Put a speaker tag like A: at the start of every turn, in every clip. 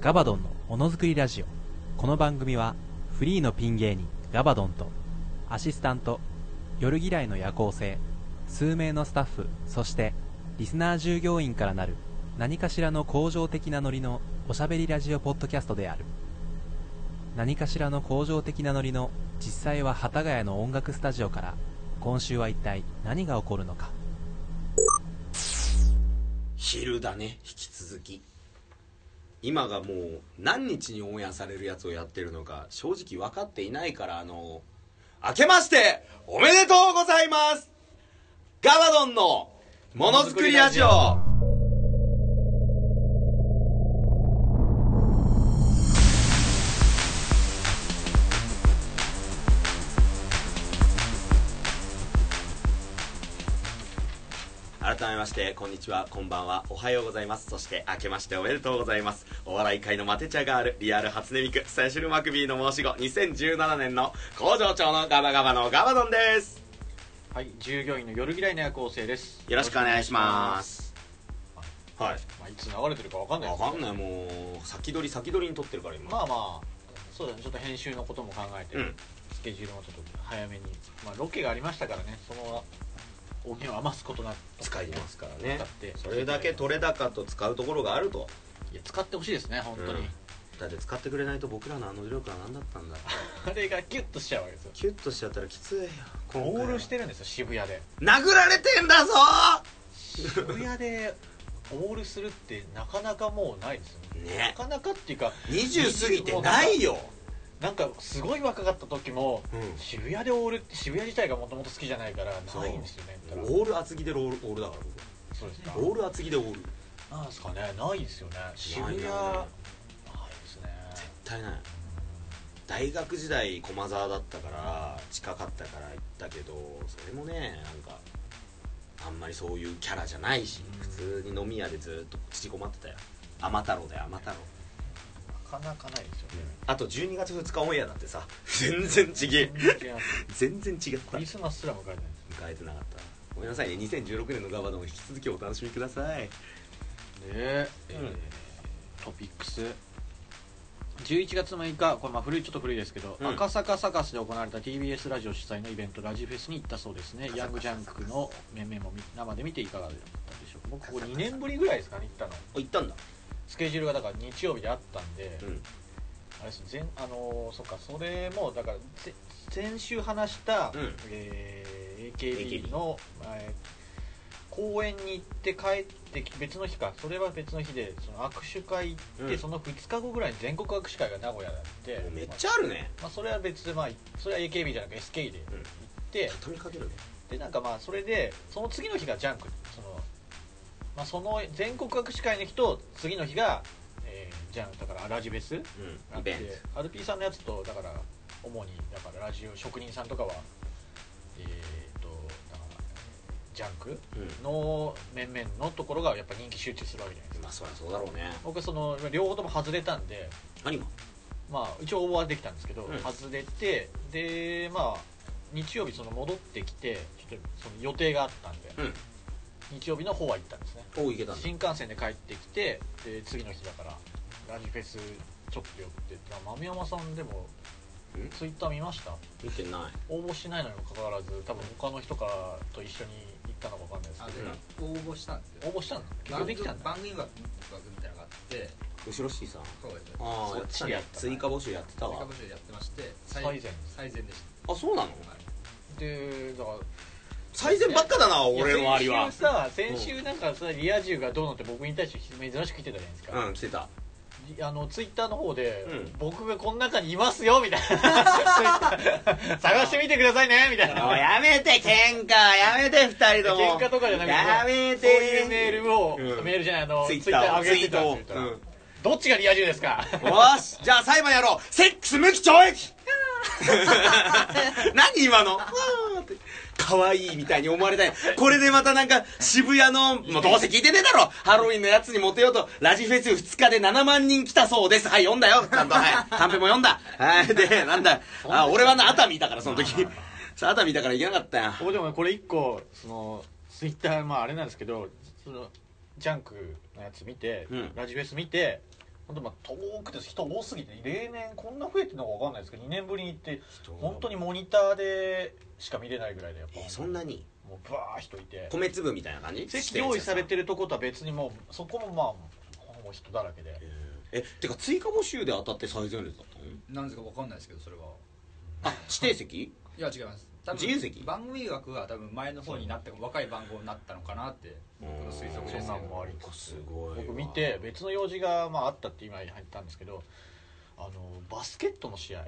A: ガバドンのものづくりラジオこの番組はフリーのピン芸人ガバドンとアシスタント夜嫌いの夜行性数名のスタッフそしてリスナー従業員からなる何かしらの向上的なノリのおしゃべりラジオポッドキャストである何かしらの向上的なノリの実際は幡ヶ谷の音楽スタジオから今週は一体何が起こるのか
B: 昼だね引き続き今がもう何日にオンエアされるやつをやってるのか正直分かっていないからあの明けましておめでとうございますガバドンのものづくりラジオ改めましてこんにちはこんばんはおはようございますそして明けましておめでとうございますお笑い界のマテ茶ガールリアル初音ミクセシル・マクビーの申し子2017年の工場長のガバガバのガバドンです
C: はい、従業員の夜嫌いの夜行性です。
B: よろしくお願いしますはい
C: まあ、いつ流れてるかわかんない
B: わ
C: ですけ
B: か
C: ど
B: んないもう先取り先取りに撮ってるから今、
C: まあまあ、そうだね、ちょっと編集のことも考えて、
B: うん
C: スケジュールもちょっと早めに、まあ、ロケがありましたからね、その音源を余すことなく
B: 使いますからね
C: 使って
B: それだけ取れ高と使うところがあると
C: いや使ってほしいですね、本当に。
B: うんだって使ってくれないと僕らのあの努力は何だったん だ
C: あれがギュッとしちゃうわけですよ。
B: キュッとしちゃったらきついよ今回
C: オ
B: は
C: ールしてるんですよ、渋谷で。
B: 殴られてんだぞ
C: 渋谷でオールするって、なかなかもうないですよね。な
B: ね
C: かなかっていうか、
B: 20過ぎてないよ
C: なんかすごい若かった時も、
B: うん
C: 渋谷でオールって渋谷自体がもともと好きじゃないから
B: そう
C: ないんですよねだから
B: オール厚着でロールオールだから
C: そうですか
B: 僕オール厚着でオール絶
C: なんですかねないですよね渋谷ない
B: ないない
C: ですね
B: 対ない大学時代駒沢だったから近かったから行ったけどそれもねなんかあんまりそういうキャラじゃないし普通に飲み屋でずっと口困ってたよ天太郎だよ天太郎
C: なかなかないですよね
B: あと12月2日オンエアだってさ全然ちげえ
C: 全然
B: 全然違った
C: クリ
B: 迎
C: スマスすら迎えてない
B: えてなかったごめんなさいね2016年のガバドン引き続きお楽しみください
C: で、えー
B: うん
C: トピックス11月6日これまあ古いちょっと古いですけど、
B: うん
C: 赤坂サカスで行われた TBS ラジオ主催のイベントラジフェスに行ったそうですねヤングジャンクの面々も見生で見ていかがだったでしょうか僕ここ2年ぶりぐらいですかね行ったの
B: あ行ったんだ
C: スケジュールがだから日曜日であったんで、
B: うん
C: あれです前あのーそっかそれもだからせ先週話した、
B: うん
C: えー AKB の、えー公園に行って帰ってき別の日かそれは別の日でその握手会行って、
B: うん
C: その2日後ぐらいに全国握手会が名古屋であって
B: もうめっちゃあるね
C: まあまあそれは別でまあそれは AKB じゃなく SK で行って、
B: 畳みかけるね
C: でなんかまあそれでその次の日がジャンクその,、まあ、その全国握手会の日と次の日が、えージャンクだからラジベス
B: うんイベン
C: ト RP さんのやつとだから主にだからラジオ職人さんとかはえっ、とだからジャンク
B: トうん
C: の面々のところがやっぱ人気集中するわけじゃないですか
B: まあそりゃそうだろうね
C: 僕その両方とも外れたんで
B: 何が
C: まあ一応応募はできたんですけど、
B: うん
C: 外れてでまあ日曜日その戻ってきてちょっとその予定があったんで、
B: うん
C: 日曜日の方は行ったんですね
B: おういけたんだ
C: 新幹線で帰ってきてで次の日だからラジフェスちょっと寄ってあ豆山さんでも
B: ん
C: ツイッター見ました
B: 見てない
C: 応募してないのにもかかわらず多分他の人からと一緒に行ったのかわかんないです
D: あ
C: けど
D: で応募したんですよ
C: 応募したの結局
D: 番組
C: できたんだ
D: 番組枠みたいなのがあって
B: 後ろ C さん
D: そうですよ
B: ああ
C: そっちでやった
B: 追加募集やってたわ
D: 追加募集やってまして
C: 最
D: 最
C: 善
D: 最善でし
B: あそうなの
D: た、はい
C: でだから
B: 最善ばっかだな俺の周り
C: いや
B: は
C: 先週さ先週なんかさリア充がどうのって僕に対して珍しく来てたじゃないですか、
B: うん来てた
C: りあのツイッターの方で、
B: うん
C: 僕がこの中にいますよみ たいなツイッター探してみてくださいねみたいな
B: もうやめて喧嘩やめて二人とも
C: 喧嘩とかじゃなくて
B: やめて
C: そういうメールを、
B: うん
C: メールじゃないあの
B: ツ
C: ツ
B: イ
C: イ
B: ッ
C: ッ
B: タ
C: タ
B: ー
C: ー
B: を
C: 上げてたって言ったら、
B: ツイートをうん
C: どっちがリア充ですか
B: よしじゃあ裁判やろうセックス無期懲 役何今のわーって可愛いみたいに思われたいこれでまたなんか渋谷のもうどうせ聞いてねえだろハロウィンのやつにモテようとラジフェス2日で7万人来たそうですはい読んだよちゃんとはい短編も読んだはいでなんだあ俺はな熱海だからその 時さあ熱海だから行けなかったよ
C: 僕でもこれ一個そのツイッターまああれなんですけどそのジャンクのやつ見て、
B: うん
C: ラジフェス見て本当まあ遠くて人多すぎて例年こんな増えてるのかわかんないですけど2年ぶりに行って本当にモニターでしか見れないぐらいでやっぱ
B: えーそんなに
C: もうバーッ人いて
B: 米粒みたいな感じ
C: 席用意されて
B: る
C: るとことは別にもうそこもまあもう人だらけで
B: えてか追加募集で当たって最前列だったの
D: なんですかわかんないですけどそれは
B: あ指定席
D: いや違います多分
B: 自由席
D: 番組枠は多分前の方になって若い番号になったのかなって僕の推測
C: そ
D: で
C: ん
D: す
C: な
D: け
C: んもあり
D: ど
C: つつ
B: すごいわ
C: 僕見て別の用事が、まあ、あったって今入ったんですけどあのバスケットの試合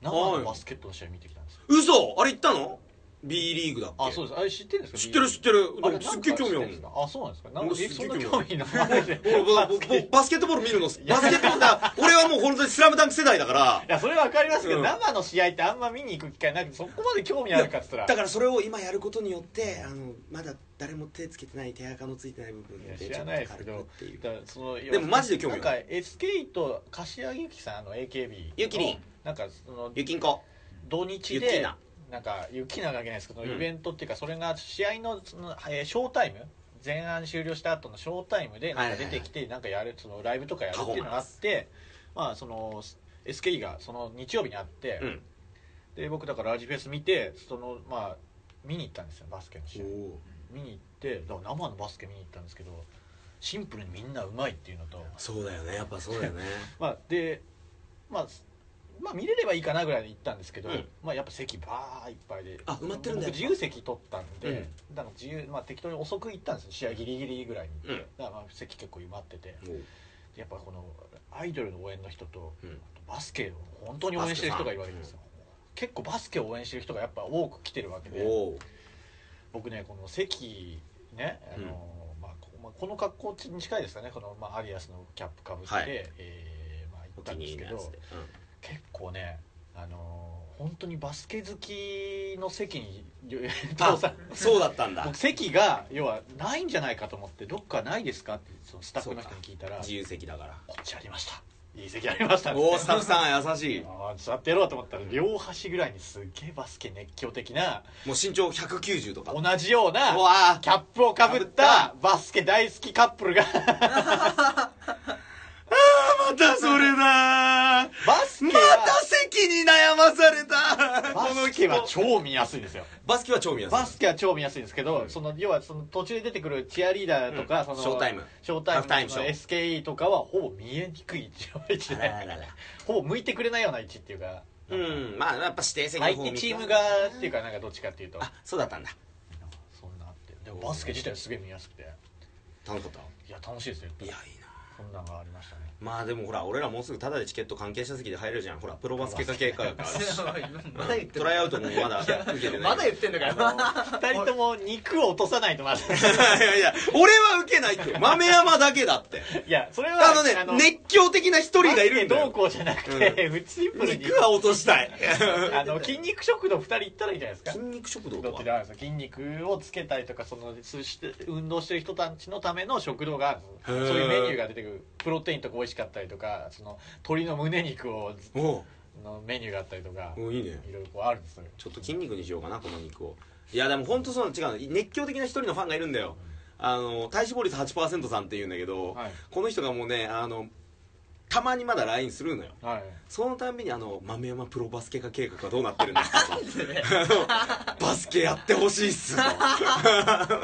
C: 生のバスケットの試合見てきたんですよ
B: 嘘あれ行ったの B リーグだっけ
C: あそうですあれ知ってるんですか
B: 知ってる知ってる
C: あれなんか
B: すっげえ興味あ
C: 知ってんです
B: る
C: かあそうなんですかなんか
B: 俺
C: え
B: す
C: そ
B: っ
C: ん
B: げ
C: な
B: え
C: 興味ないで
B: 俺僕僕僕バスケットボール見るのバスケットボールだ俺はもう本当に「スラムダンク世代だから
C: いやそれは分かりますけど、
B: うん
C: 生の試合ってあんま見に行く機会なくてそこまで興味あるかっつったら
B: だからそれを今やることによってあのまだ誰も手つけてない手垢のついてない部分
C: いや
B: で
C: 知
B: ちょ
C: ら
B: っと
C: ないです
B: 軽
C: け
B: くっ
C: ど
B: ていう
C: だからその
B: でもマジで興味あ
C: な
B: る
C: んか SK と柏木由紀さんあの AKB の
B: ゆきりん
C: なんかその
B: ゆきんこ
C: 土日
B: ゆき
C: で
B: な
C: なんか雪なわけないですけど、
B: うん
C: イベントっていうかそれが試合のその、えーショータイム前半終了した後のショータイムでなんか出てきてなんかやるそのライブとかやるっていうのがあってまあその SKE がその日曜日にあって、
B: うん
C: で僕だからラジフェス見てそのまあ見に行ったんですよバスケの試合見に行ってだから生のバスケ見に行ったんですけどシンプルにみんなうまいっていうのと
B: そうだよねやっぱそうだよね
C: まあで、まあ、すまあ見れればいいかなぐらいに行ったんですけど、
B: うん
C: まあやっぱ席バーいっぱいで
B: あ埋まってるんだや
C: 僕
B: っぱ
C: 自由席取ったんで、だから自由、まあ、適当に遅く行ったんですよ試合ギリギリぐらいに、
B: うん
C: だからまあ席結構埋まってて
B: おう
C: やっぱこのアイドルの応援の人と
B: うん
C: バスケを本当に応援してる人がいるわけですよ、結構バスケを応援してる人がやっぱ多く来てるわけで
B: おう
C: 僕ねこの席ねあの、
B: うん
C: まあこまあ、この格好に近いですかねこの、まあ、アリアスのキャップかぶって、
B: はい
C: えーまあ、行
B: お
C: った
B: 気
C: んで
B: に
C: す
B: 入り
C: け
B: のや
C: ど
B: つで
C: 結構ねあのー本当にバスケ好きの席によ父さん
B: うんあそうだったんだ
C: 僕席が要はないんじゃないかと思ってどっかないですかってそのスタッフの人に聞いたら
B: 自由席だから
C: こっちありましたいい席ありましたって
B: おおスタッフさん優しい
C: あー座ってやろうと思ったら両端ぐらいにすっげえバスケ熱狂的な
B: もう身長190とか
C: 同じような
B: うわ
C: キャップをかぶったバスケ大好きカップルが
B: またそれだ
C: バスケ
B: ま
C: は
B: た席に悩まされた
C: バスケは超見やすいですよ
B: バスケは超見やすい
C: バスケは超見やすいんですけど、その要はその途中で出てくるチアリーダーとか、その
B: ショータイム
C: ショータイ
B: ハー
C: ム
B: フタイム
C: その
B: ショー
C: SKE とかはほぼ見えにくい位置
B: あ
C: で
B: らららら
C: ほぼ向いてくれないような位置っていうか、
B: うんまあやっぱ指定席の
C: 相
B: 方
C: 手
B: 見
C: チームがっていうかなんかどっちかっていうと
B: あそうだったんだ
C: そんなあってでもバスケ自体はすげえ見やすくて
B: 楽しかった
C: いや楽しいですよ
B: いやいいな
C: そんなんがありましたね
B: まあでもほら俺らもうすぐタダでチケット関係者席で入れるじゃんほらプロバスケ化系から
D: まだ言って
B: トライアウトもまだ受けてない
D: まだ言ってんのかよ
C: 2人とも肉を落とさ ないとまず
B: いやいや俺は受けないって豆山だけだって
C: いやそれは
B: あのね熱狂的な一人がいるんだ
C: バスケどう
B: よ
C: こうじゃなくて、シンプルに
B: 肉は落としたい
C: あの筋肉食堂2人行ったらいいんじゃないですか
B: 筋肉食堂
C: だ
B: と
C: って
B: か
C: なんか筋肉をつけたりとかそのすして運動してる人たちのための食堂がある
B: へ
C: そう
B: ー
C: いうメニューが出てくるプロテインとか美味しかったりとかその鶏の胸肉を
B: お
C: のメニューがあったりとか
B: うおういいね
C: いろいろこうあるんですよ
B: ちょっと筋肉にしようかなこの肉をいやでも本当その違うの熱狂的な一人のファンがいるんだよあの体脂肪率8%さんっていうんだけど、
C: はい
B: この人がもうねあのたまにまだ LINE するのよ
C: はい
B: そのたんびにあの豆山プロバスケ化計画はどうなってるんです かと バスケやってほしいっすと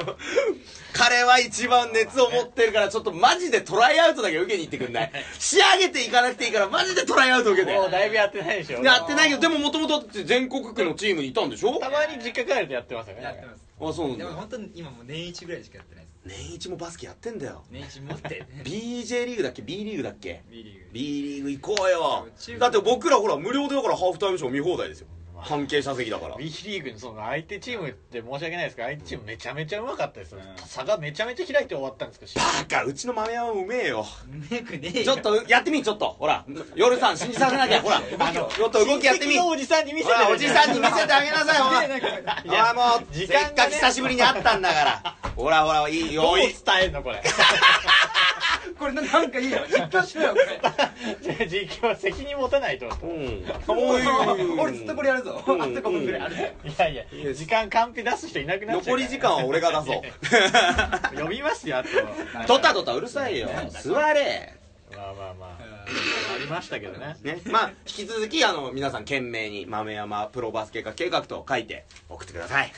B: 彼は一番熱を持ってるからちょっとマジでトライアウトだけ受けに行ってくんない仕上げていかなくていいからマジでトライアウト受けて
C: もうだいぶやってないでしょ
B: やってないけどでももともと全国区のチームにいたんでしょ
C: たまに実家帰るとやってますよね
D: やってます
B: あそうなん
D: でも
B: だ
D: 本当に今もう年一ぐらいしかやってないです
B: 年一もバスケやってんだよ
D: 年一持って
B: BJ リーグだっけ B リーグだっけ
D: B リーグ
B: B リーグ行こうよ
D: 中国
B: だって僕らほら無料でだからハーフタイムショー見放題ですよ関係者席だから
C: ビーリーグにその相手チームって申し訳ないですけど相手チームめちゃめちゃうまかったですよ、
D: うん
C: 差がめちゃめちゃ開いて終わったんですけど
B: バカうちの豆山もうめえよ
D: うまくねえ
B: ちょっとやってみちょっとほら夜さん信じさせなきゃほら
C: あの
B: ちょっと動きやってみ
C: 親戚の
B: ほ
C: おじさんに見せて
B: らお
C: る
B: じ
C: じゃ
B: さんに見せてあげなさいほら
C: いや
B: あもう
C: 時
B: せ
C: 間がね
B: っかく久しぶりに会ったんだからほらほらいい
C: ど
B: よ
C: う
B: い
C: 伝
B: い
C: えんのこれ
D: これなんかいいよ実況しろよこれ
C: じゃあ実況は責任持たないと、
B: うん
D: 俺ずっとこれやる ぞあと5分ぐらいあるね
C: いやいや
B: いです
C: 時間カンペ出す人いなくなっち
B: 残
C: ゃうから
B: り時間は俺が出そう
C: 呼びますよあと
B: とたとたうるさいよ座れ
C: まあまあま
D: う
C: あ
D: ん
C: ありましたけどね
B: ね、まあ引き続きあの皆さん懸命に豆山プロバスケ化計画と書いて送ってください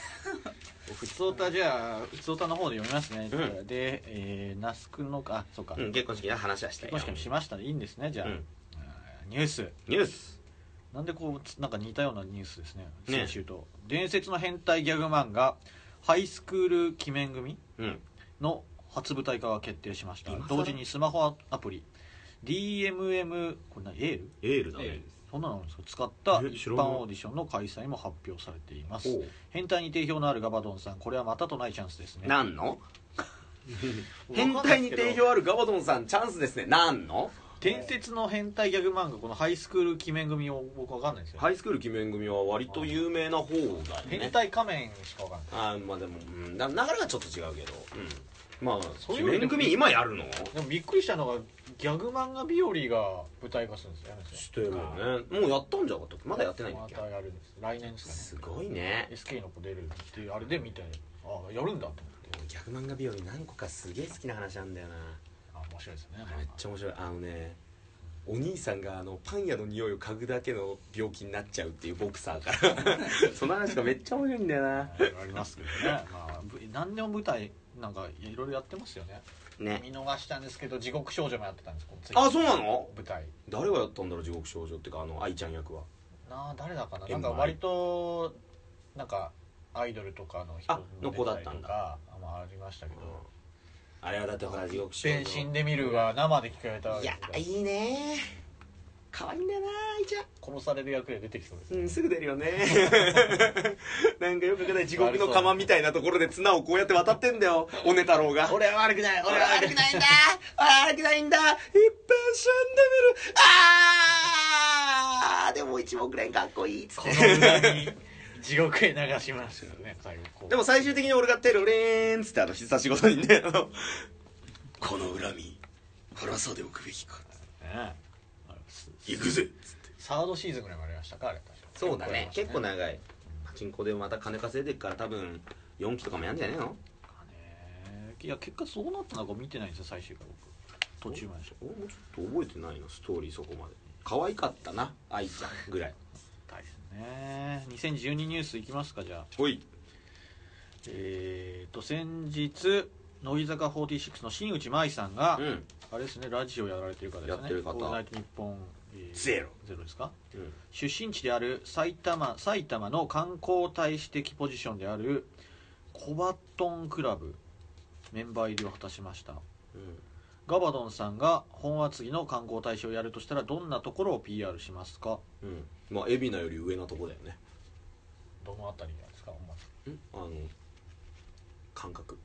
C: ふつおたじゃあふつおたの方で読みますね、
B: うん
C: で、えー、那須君のかあそうか、
B: うん結婚式の話はした
C: 結
B: い
C: 婚式もしましたねいいんですねじゃあ、
B: うん
C: あーニュース
B: ニュース
C: なんでこうつなんか似たようなニュースですね
B: ね
C: 先週と、伝説の変態ギャグ漫画「ハイスクール鬼面組
B: うん」
C: の初舞台化が決定しました
B: 今更
C: 同時にスマホアプリ DMM これ何エール
B: エール
D: ええ
C: そんなのあるんですか使った
B: え
C: 一
B: 知ら
C: 般
B: ない
C: オーディションの開催も発表されています
B: おう
C: 変態に定評のあるガバドンさんこれはまたとないチャンスですね
B: なんの変態に定評あるガバドンさんチャンスですねなんの
C: 伝説の変態ギャグ漫画このハイスクール鬼面組を僕わかんないんですよ、
B: ハイスクール鬼面組は割と有名な方だよね
C: 変態仮面しかわかんない
B: あーまあでも、うん、な流れはちょっと違うけど、うん、まあ
C: そういう
B: 鬼面組今やるの
C: でもびっくりしたのがギャグ漫画日和が舞台化するんですよやるんですよ
B: してるよねもうやったんじゃなかったっけまだやってないんだっ
C: ま
B: け
C: たやるんです来年です
B: す
C: かね
B: ごいね
C: SK の子出るっていうあれで見てあやるんだと思って
B: ギャグ漫画日和何個かすげえ好きな話なんだよな
C: あ面白いですよね
B: あれめっちゃ面白いあのねお兄さんがあのパン屋の匂いを嗅ぐだけの病気になっちゃうっていうボクサーから その話がめっちゃ面白いんだよな
C: ありますけどね、まあ、ぶ何でも舞台なんかいろいろやってますよね
B: ね
C: 見逃したんですけど地獄少女もやってたんですこう
B: あそうなの
C: 舞台
B: 誰がやったんだろう地獄少女っていうかあの愛ちゃん役は
C: なあ誰だかな
B: え
C: なんか割となんかアイドルとかの人
B: あの子だったんだ
C: 出たりとかあまあありましたけど
B: あれはだってほら地獄少女
C: 全身で見るが生で聞かれたわ
B: い
C: けで
B: やいいね可愛いんだよな愛ちゃん
C: 殺される役で出てきそうですね
B: うん、すぐ出るよね なんかよくわかんない地獄の釜みたいなところで綱をこうやって渡ってんだよおね太郎が
C: 俺は悪くない
B: 俺は悪くないんだ俺は悪くないんだいっぱい死んでみるあーでも一目くらいかっこいいっつっ
C: こ
B: て
C: の裏に地獄へ流しますよね最後こう
B: でも最終的に俺が「テルレーン」っつってあの必殺仕事にねあのこの恨み晴らさでおくべきか
C: ねあのす
B: 行くぜ
C: サードシーズンぐらいまでやりましたかあれ確か
B: そうだね結構
C: ね
B: 長いパチンコでまた金稼いでっから多分4期とかもやんじゃねえの
C: いや結果そうなったのか見てないんですよ最終回僕途中まで
B: 俺もちょっと覚えてないなストーリーそこまで可愛かったな愛ちゃんぐらい
C: 大変ね2012ニュースいきますかじゃあ
B: ほい
C: えー、と先日乃木坂46の新内舞さんが、
B: うん
C: あれですねラジオやられてる方ですね
B: やってる方
C: オールナイトニッポン、えー
B: ゼロ
C: ゼロですか
B: うん
C: 出身地である埼玉埼玉の観光大使的ポジションであるコバトンクラブメンバー入りを果たしました
B: うん
C: ガバドンさんが本厚木の観光大使をやるとしたらどんなところを PR しますか
B: うんまあ海老名より上なとこだよね
C: どのあたりがですか本厚
B: あの感覚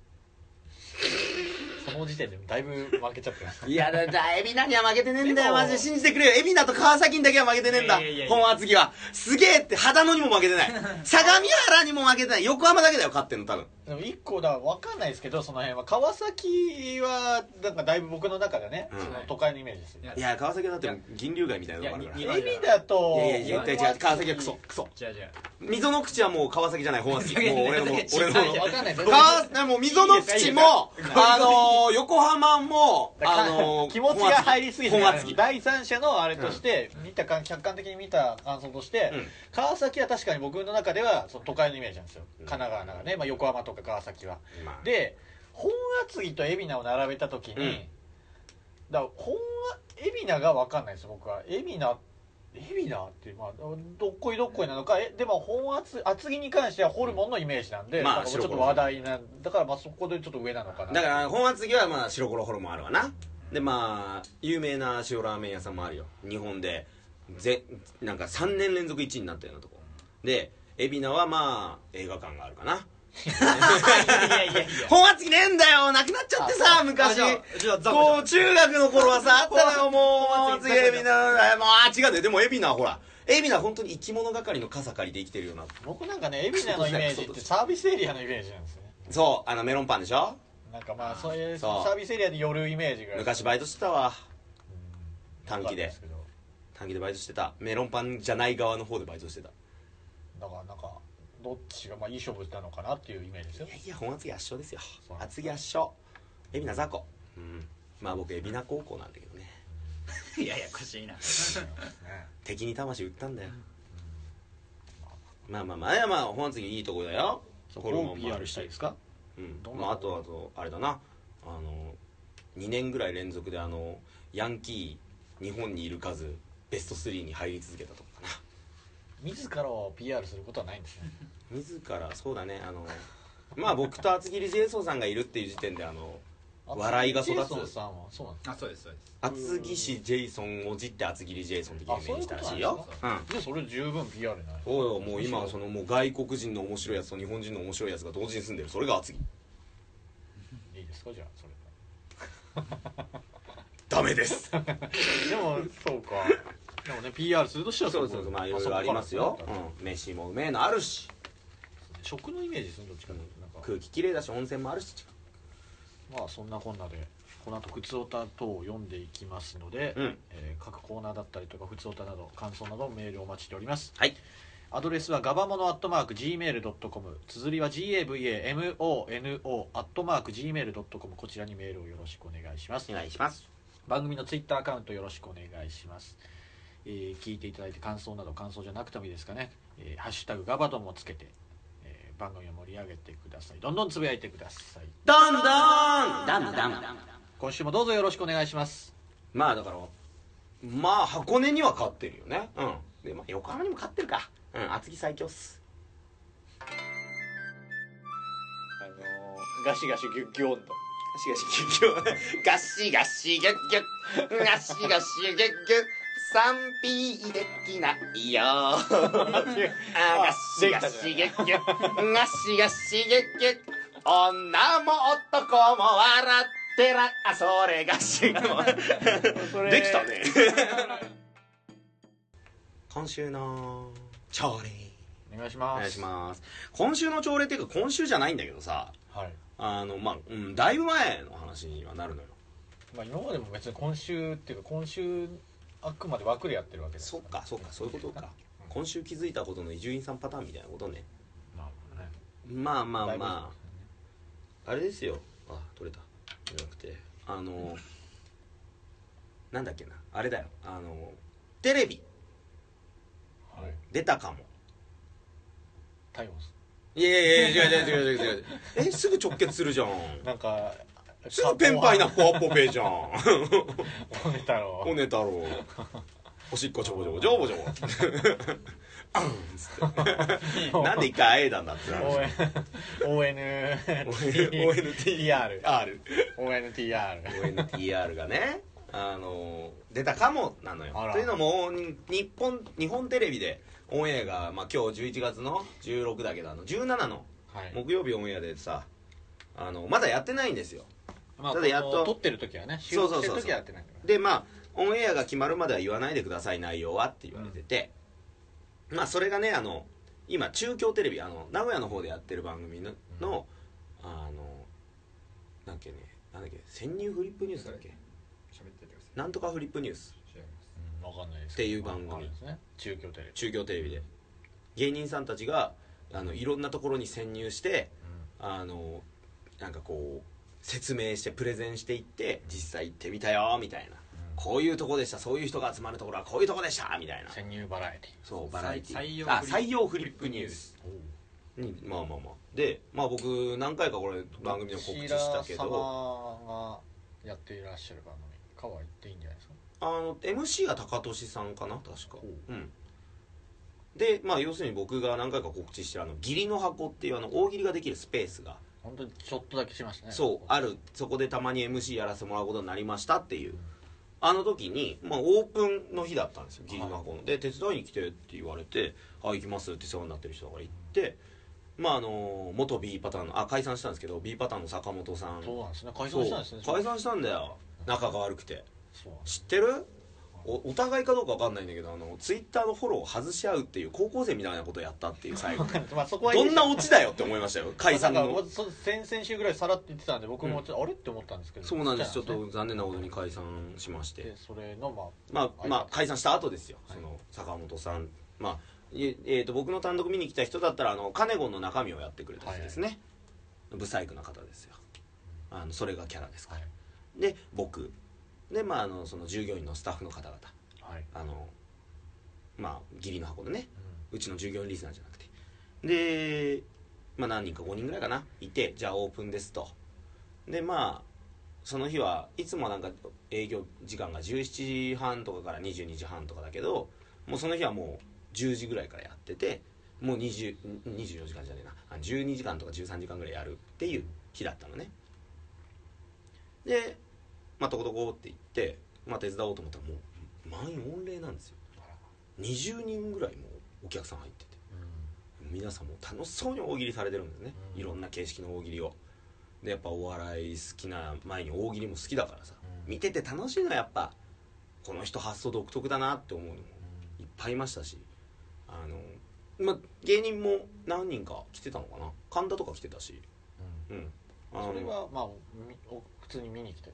C: 木その時点でだいぶ負けちゃってます
B: いやだだ海老名には負けてねえんだ
C: で
B: よ
C: も
B: マジで信じてくれよ海老名と川崎にだけは負けてねえんだ
D: いやいやいやいや
B: 本厚木はすげえって秦野にも負けてない相模原にも負けてない横浜だけだよ勝ってんの多分
C: でも1個だから分かんないですけどその辺は川崎はなんかだいぶ僕の中でね、
B: うん
C: その都会のイメージですよ
D: いや
B: いや川崎はだってもう銀龍街みたいなとこあるから
D: い
B: い
D: や
C: 海老だと
B: やいやいや
D: い
B: 違う違う川崎はクソクソ
D: じゃあじゃあ
B: 溝の口はもう川崎じゃない本厚木もう 俺のもう俺のも
D: いやいや
C: 分 かんないです
B: 川でも溝の口もあのー横浜もあのー
C: 気持ちが入りすぎて
B: 本厚木
C: 第三者のあれとして、見たか客観的に見た感想として、
B: うん
C: 川崎は確かに僕の中ではその都会のイメージなんですよ、
B: うん
C: 神奈川ならね、まあ、横浜とか川崎は
B: まあ
C: で本厚木と海老名を並べた時に、
B: うん
C: だから本厚海老名が分かんないです僕は海老名海老名ってまあどっこいどっこいなのかえでも本厚厚木に関してはホルモンのイメージなんで、
B: まあ
C: なんかちょっと話題なんだからまあそこでちょっと上なのかな
B: だから本厚木はまあ白黒ホルモンあるわなでまあ有名な塩ラーメン屋さんもあるよ日本でぜなんか3年連続1位になったようなとこで海老名はまあ映画館があるかない
D: やいやいやいや
B: 本厚木ねえんだよなくなっちゃってさ昔
D: じゃあじゃあザコ
B: こう中学の頃はさあったのよも
D: 本
B: う
D: 厚木
B: 次海老名あまあ違うねでも海老名はほら海老名は本当に生き物係の傘借りて生きてるような
C: 僕なんかね海老名のイメージってサービスエリアのイメージなんですよね
B: そうあのメロンパンでしょ
C: なんかまあそういうサ
B: そう
C: ービスエリアに寄るイメージが
B: 昔バイトしてたわ短期
C: な
B: で
C: んですけど
B: 短期でバイトしてたメロンパンじゃない側の方でバイトしてた
C: だからなんかどっちがまあいい勝負なのかなっていうイメージですよ
B: いやいや本厚木圧勝ですよ
C: そう
B: 厚木圧勝海老名雑魚うんまあ僕海老名高校なんだけどね
D: ややこしいな
B: 敵に魂売ったんだよ、まあまあまあいやまあ本次いいとこだよ
C: そ
B: ホル
C: こ
B: モ
C: を
B: ンもある
C: PR したいですか
B: うん
C: どんな
B: まあ、あとあとあれだなあの2年ぐらい連続であのヤンキー日本にいる数ベスト3に入り続けたとかな
C: 自らを PR することはないんですね
B: 自らそうだねあ のまあ僕と厚切りジェイソンさんがいるっていう時点であの笑いが育つ
C: ジェイソンさんはそうなんで
D: あそうですそうです
B: 厚木市ジェイソンをじって厚切りジェイソンって芸名にしたらしい
C: あそういう
B: よ
C: こ
B: う
C: すでそれ十分 PR じゃない
B: んおうよもう今はそのもう外国人の面白いやつと日本人の面白いやつが同時に住んでるそれが厚木
C: いいですかじゃあそれ
B: ダメです
C: でもそうかでもね PR するとした ら
B: そうそうそうまあいろいろありますよ、うん、飯もうめえのあるし、
C: 食のイメージですねどっちか
B: う
C: と
B: ん
C: いうとなんか
B: 空気きれいだし温泉もあるし
C: まあそんなこんなでこの後靴おた等を読んでいきますので、
B: うん
C: えー各コーナーだったりとか靴おたなど感想などメールをお待ちしております
B: はい
C: アドレスはガバモノアットマーク Gmail.com 綴りは GAVAMONO アットマーク Gmail.com こちらにメールをよろしくお願いします
B: お願いします
C: 番組のツイッターアカウントよろしくお願いします、えー聞いていただいて感想など感想じゃなくてもいいですかね「えーハッシュタグガバドン」もつけて、えー番組を盛り上げてくださいどんどんつぶやいてください
B: どんどんだんだん
C: 今週もどうぞよろしくお願いします
B: まあだからまあ箱根には勝ってるよねうんで、まあ、横浜にも勝ってるかうん厚木最強っす
C: あのーガシガシギュッギュンと
B: ガシガシギュッギュッガシガシギュッギュッガシガシギュッギュッ賛否できないよあガシガシギュッギュッガシガシギュッギュッ女も男も笑ってらあそれガシできたね今週の朝礼
C: お願いします
B: お願いします今週の朝礼っていうか今週じゃないんだけどさ
C: はい
B: あのまあ、うん、だいぶ前の話にはなるのよ
C: まあ、今までも別に今週っていうか今週あくまで枠でやってるわけです
B: そっかそっかそういうことか
C: うん
B: 今週気づいたことの伊集院さんパターンみたいなことね
C: なるほどね
B: まあま
C: だ
B: あ
C: いぶ
B: まああれですよあ取れたじゃなくてあのなんだっけなあれだよあのテレビ
C: はい
B: 出たかも
C: 逮捕す
B: いやいやいや違う違う違う違う違う えすぐ直結するじゃん
C: なんか
B: すぐペンパイなポワポペじゃん
C: おね だろ
B: おねだろうおしっこちょぼちょぼちょぼちょぼ あんっつって なんで一回あえだんだってなる
C: ONTR ONTR
B: ONTR がねあの出たかもなのよ
C: あら
B: というのもに日本日本テレビでオンエアが、まあ、今日11月の16だけどあの17の
C: はい
B: 木曜日オンエアでさあのまだやってないんですよ
C: まあ
B: ただやっと
C: この撮ってる時はね収録してる時はやってないから
B: でまあオンエアが決まるまでは言わないでください内容はって言われてて、まあそれがねあの今中京テレビあの名古屋の方でやってる番組の,、のあのなんだっけねなんだっけ潜入フリップニュースだっけ
D: 喋っててくださ
B: なんとかフリップニュース
D: い調べます
C: うんわかんないです
B: っていう番組
C: わかんないですね中京テレビ
B: 中京テレビで芸人さんたちがあのいろんなところに潜入してあのなんかこう説明してプレゼンしていって実際行ってみたよみたいな、こういうとこでしたそういう人が集まるところはこういうとこでしたみたいな
C: 潜入バラエティ
B: そうバラエティ
D: 採採用
B: あ
D: フリップ
B: 採用フリップニュースにまあまあまあでまあ僕何回かこれ番組でも告知したけ
C: こちら
B: ど
C: 様がやっていらっしゃる番組かは言っていいんじゃないですか
B: あの MC が高俊さんかな確か
C: ほ
B: うんでまあ要するに僕が何回か告知してるあの義理の箱っていうあの大喜利ができるスペースが
C: 本当にちょっとだけしましたね
B: そうあるそこでたまに MC やらせてもらうことになりましたっていうあの時に、まあ、オープンの日だったんですよ義理の箱の、で手伝いに来てって言われて「あ行きます」って世話になってる人だから行ってまああの元 B パターンのあ解散したんですけど B パターンの坂本さん
C: そうなんですね解
B: そう
C: 散したんですね
B: 解散したんだよ仲が悪くて
C: そう
B: 知ってるおお互いかどうか分かんないんだけどあのツイッターのフォローを外し合うっていう高校生みたいなことをやったっていう最 後
C: まあそこはいい
B: ど
C: で
B: ん
C: す
B: なオチだよって思いましたよ解散
C: なんか
B: の
C: もうそ先々週ぐらいさらって言ってたんで僕もちょっとあれって思ったんですけど
B: そうなんですちょっ
C: ね
B: と残念なことに解散しまして
C: でそれのまあ
B: まあ、まあ
C: は、い
B: 解散した後ですよ、その坂本さん、まあええーと僕の単独見に来た人だったらあのカネゴンの中身をやってくれた人ですね、不細工な方ですよあのそれがキャラですから、で僕でまああのその従業員のスタッフの方々
C: はい
B: あのまあ義理の箱のねうちの従業員リスナーじゃなくてで、まあ、何人か5人ぐらいかないてじゃあオープンですとでまあその日はいつもはなんか営業時間が17時半とかから22時半とかだけどもうその日はもう10時ぐらいからやっててもう20 24時間じゃねえなあ12時間とか13時間ぐらいやるっていう日だったのねでまあとことこって行って、まあ、手伝おうと思ったらもう満員御礼なんですよ20人ぐらいもうお客さん入ってて皆さんもう楽しそうに大喜利されてるんですね、
C: うん
B: いろんな形式の大喜利をでやっぱお笑い好きな前に大喜利も好きだからさ、
C: うん
B: 見てて楽しいのはやっぱこの人発想独特だなって思うのもいっぱいいましたしあのまあ芸人も何人か来てたのかな神田とか来てたしうんあの
C: それはまあみお普通に見に来て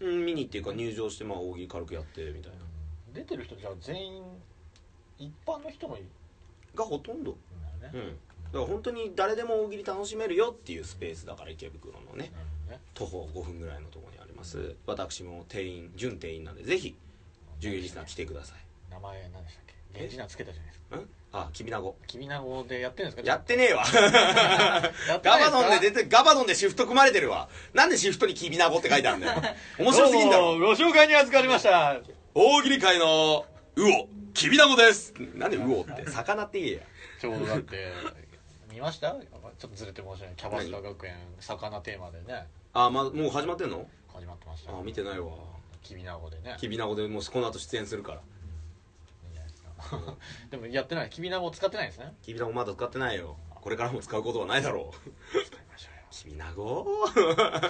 B: うん見に行っていうか入場してまあ大喜利軽くやってみたいな
C: 出てる人じゃあ全員一般の人もいる
B: がほとんど
C: んだよね
B: うんだから本当に誰でも大喜利楽しめるよっていうスペースだから池袋のね
C: なるほどね
B: 徒歩5分ぐらいのところにあります私も店員準店員なんでぜひ従業員リスナー来てくださ
C: 名前何でしたっけ源氏名つけたじゃないですか
B: いんあきびなご
C: きびなごでやってるんですか
B: やってねえわ
C: やってな
B: ガ
C: い
B: バ
C: ですか
B: ドンで出てガバドンでシフト組まれてるわなんでシフトにきびなごって書いてあるんだ よ面白すぎんだ
C: ど
B: ろ
C: うもご紹介に預かりました
B: 大喜利界のウオきびなごですなんでウオって魚って言えや
C: ちょうどだって見ましたちょっとずれて申し訳ないキャバスタ学園魚テーマでね
B: あまあもう始まってんの
C: 始まってました
B: あ見てないわ
C: きびなごでね
B: きびなごでもうこの後出演するから
C: いいじゃないですか でもやってないきびなご使ってないですね
B: きびなごまだ使ってないよこれからも使うことはないだろ うきびなご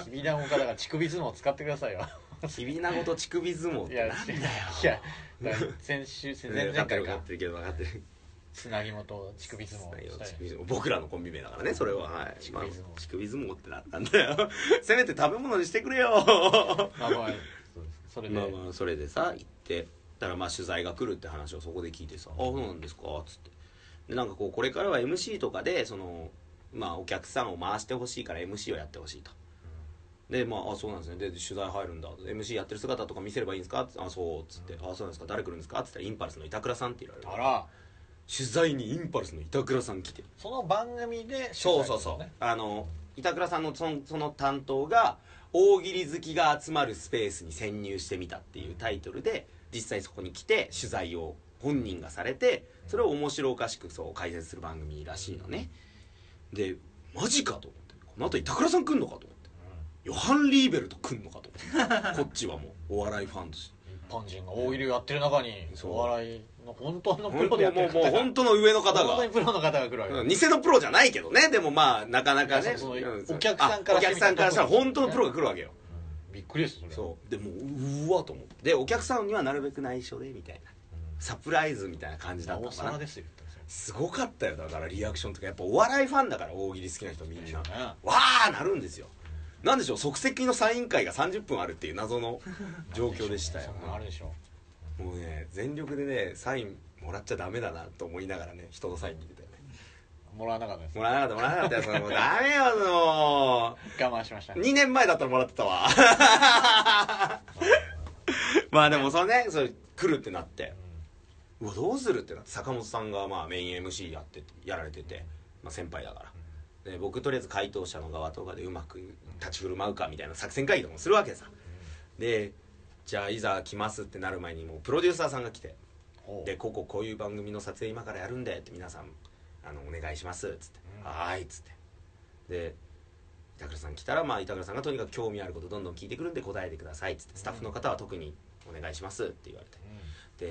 C: きびだんごかだから乳首相撲使ってくださ いよ
B: きびなごと乳首相撲っ
C: い
B: て
C: や
B: なんだよ
C: いやだから先週先々
B: 分か
C: 前
B: ってる
C: 回
B: 分か
C: か
B: ってるけど分かってる
C: つなぎもと乳首相撲をしたい
B: 僕らのコンビ名だからねそれははい
C: 乳
B: まあ
C: 首相撲
B: 乳首相撲ってなったんだよ せめて食べ物にしてくれよ
C: まあまあそれで、
B: まあまあそれでさ行ってたらまあ取材が来るって話をそこで聞いてさ「あそうなんですか」っつってでなんかこうこれからは MC とかでそのまあお客さんを回してほしいから MC をやってほしいとでまああそうなんですねで取材入るんだ MC やってる姿とか見せればいいんですかってあそうっつって「あそうなんですか誰来るんですか?」っつったらインパルスの板倉さんって言われる
C: あら
B: 取材にインパルスの板倉さん来て
C: その番組で
B: そうそうそう、あの板倉さんのそのその担当が大喜利好きが集まるスペースに潜入してみたっていうタイトルで実際そこに来て取材を本人がされてそれを面白おかしくそう解説する番組らしいのねでマジかと思ってこの後板倉さん来んのかと思ってヨハン・リーベルと来んのかと思ってこっちはもうお笑いファン として
C: 一般人が大喜利をやってる中に
B: そう
C: お笑いの本当の
B: も
C: プ
B: う
C: ロでやっ
B: も
C: てる
B: う
C: 方
B: もう
C: が
B: 本当の上の方
C: 本当
B: が
C: にプロの方が来るわけ、
B: うん偽のプロじゃないけどねでもまあなかなか
C: い
B: ね
C: やそうそう
B: うん
C: お客さんから
B: あお客さんからしたら本当のプロが来るわけよ
C: びっくりですそれ
B: そうでもううわと思ってでお客さんにはなるべく内緒でみたいなサプライズみたいな感じだ
C: な
B: った
C: お
B: のか
C: さ
B: な
C: らですよ言ってますよ
B: すごかったよだからリアクションとかやっぱお笑いファンだから大喜利好きな人みんな
C: ね
B: わーなるんですよなんでしょう即席のサイン会が30分あるっていう謎 の状況でしたよ
C: そんなのあるでしょ
B: もうね全力でねサインもらっちゃダメだなと思いながらね人のサイン見てたよね
C: もらわなかったです
B: もらわなかったもらわなかったよそれもうダメよも
C: 我慢しました
B: う2年前だったらもらってたわまあでもそれねそれ来るってなってうわどうするってなって坂本さんがまあメイン MC やってやられてて、まあ、先輩だからで僕とりあえず回答者の側とかでうまく立ち振る舞うかみたいな作戦会議とかもするわけさでじゃあいざ来ますってなる前にもうプロデューサーさんが来て
C: ほう
B: でこここういう番組の撮影今からやるんでって皆さんあのお願いしますっつって「
C: うん
B: はーい」っつってで板倉さん来たら、まあ、板倉さんがとにかく興味あることどんどん聞いてくるんで答えてくださいっつってスタッフの方は特に「お願いします」って言われて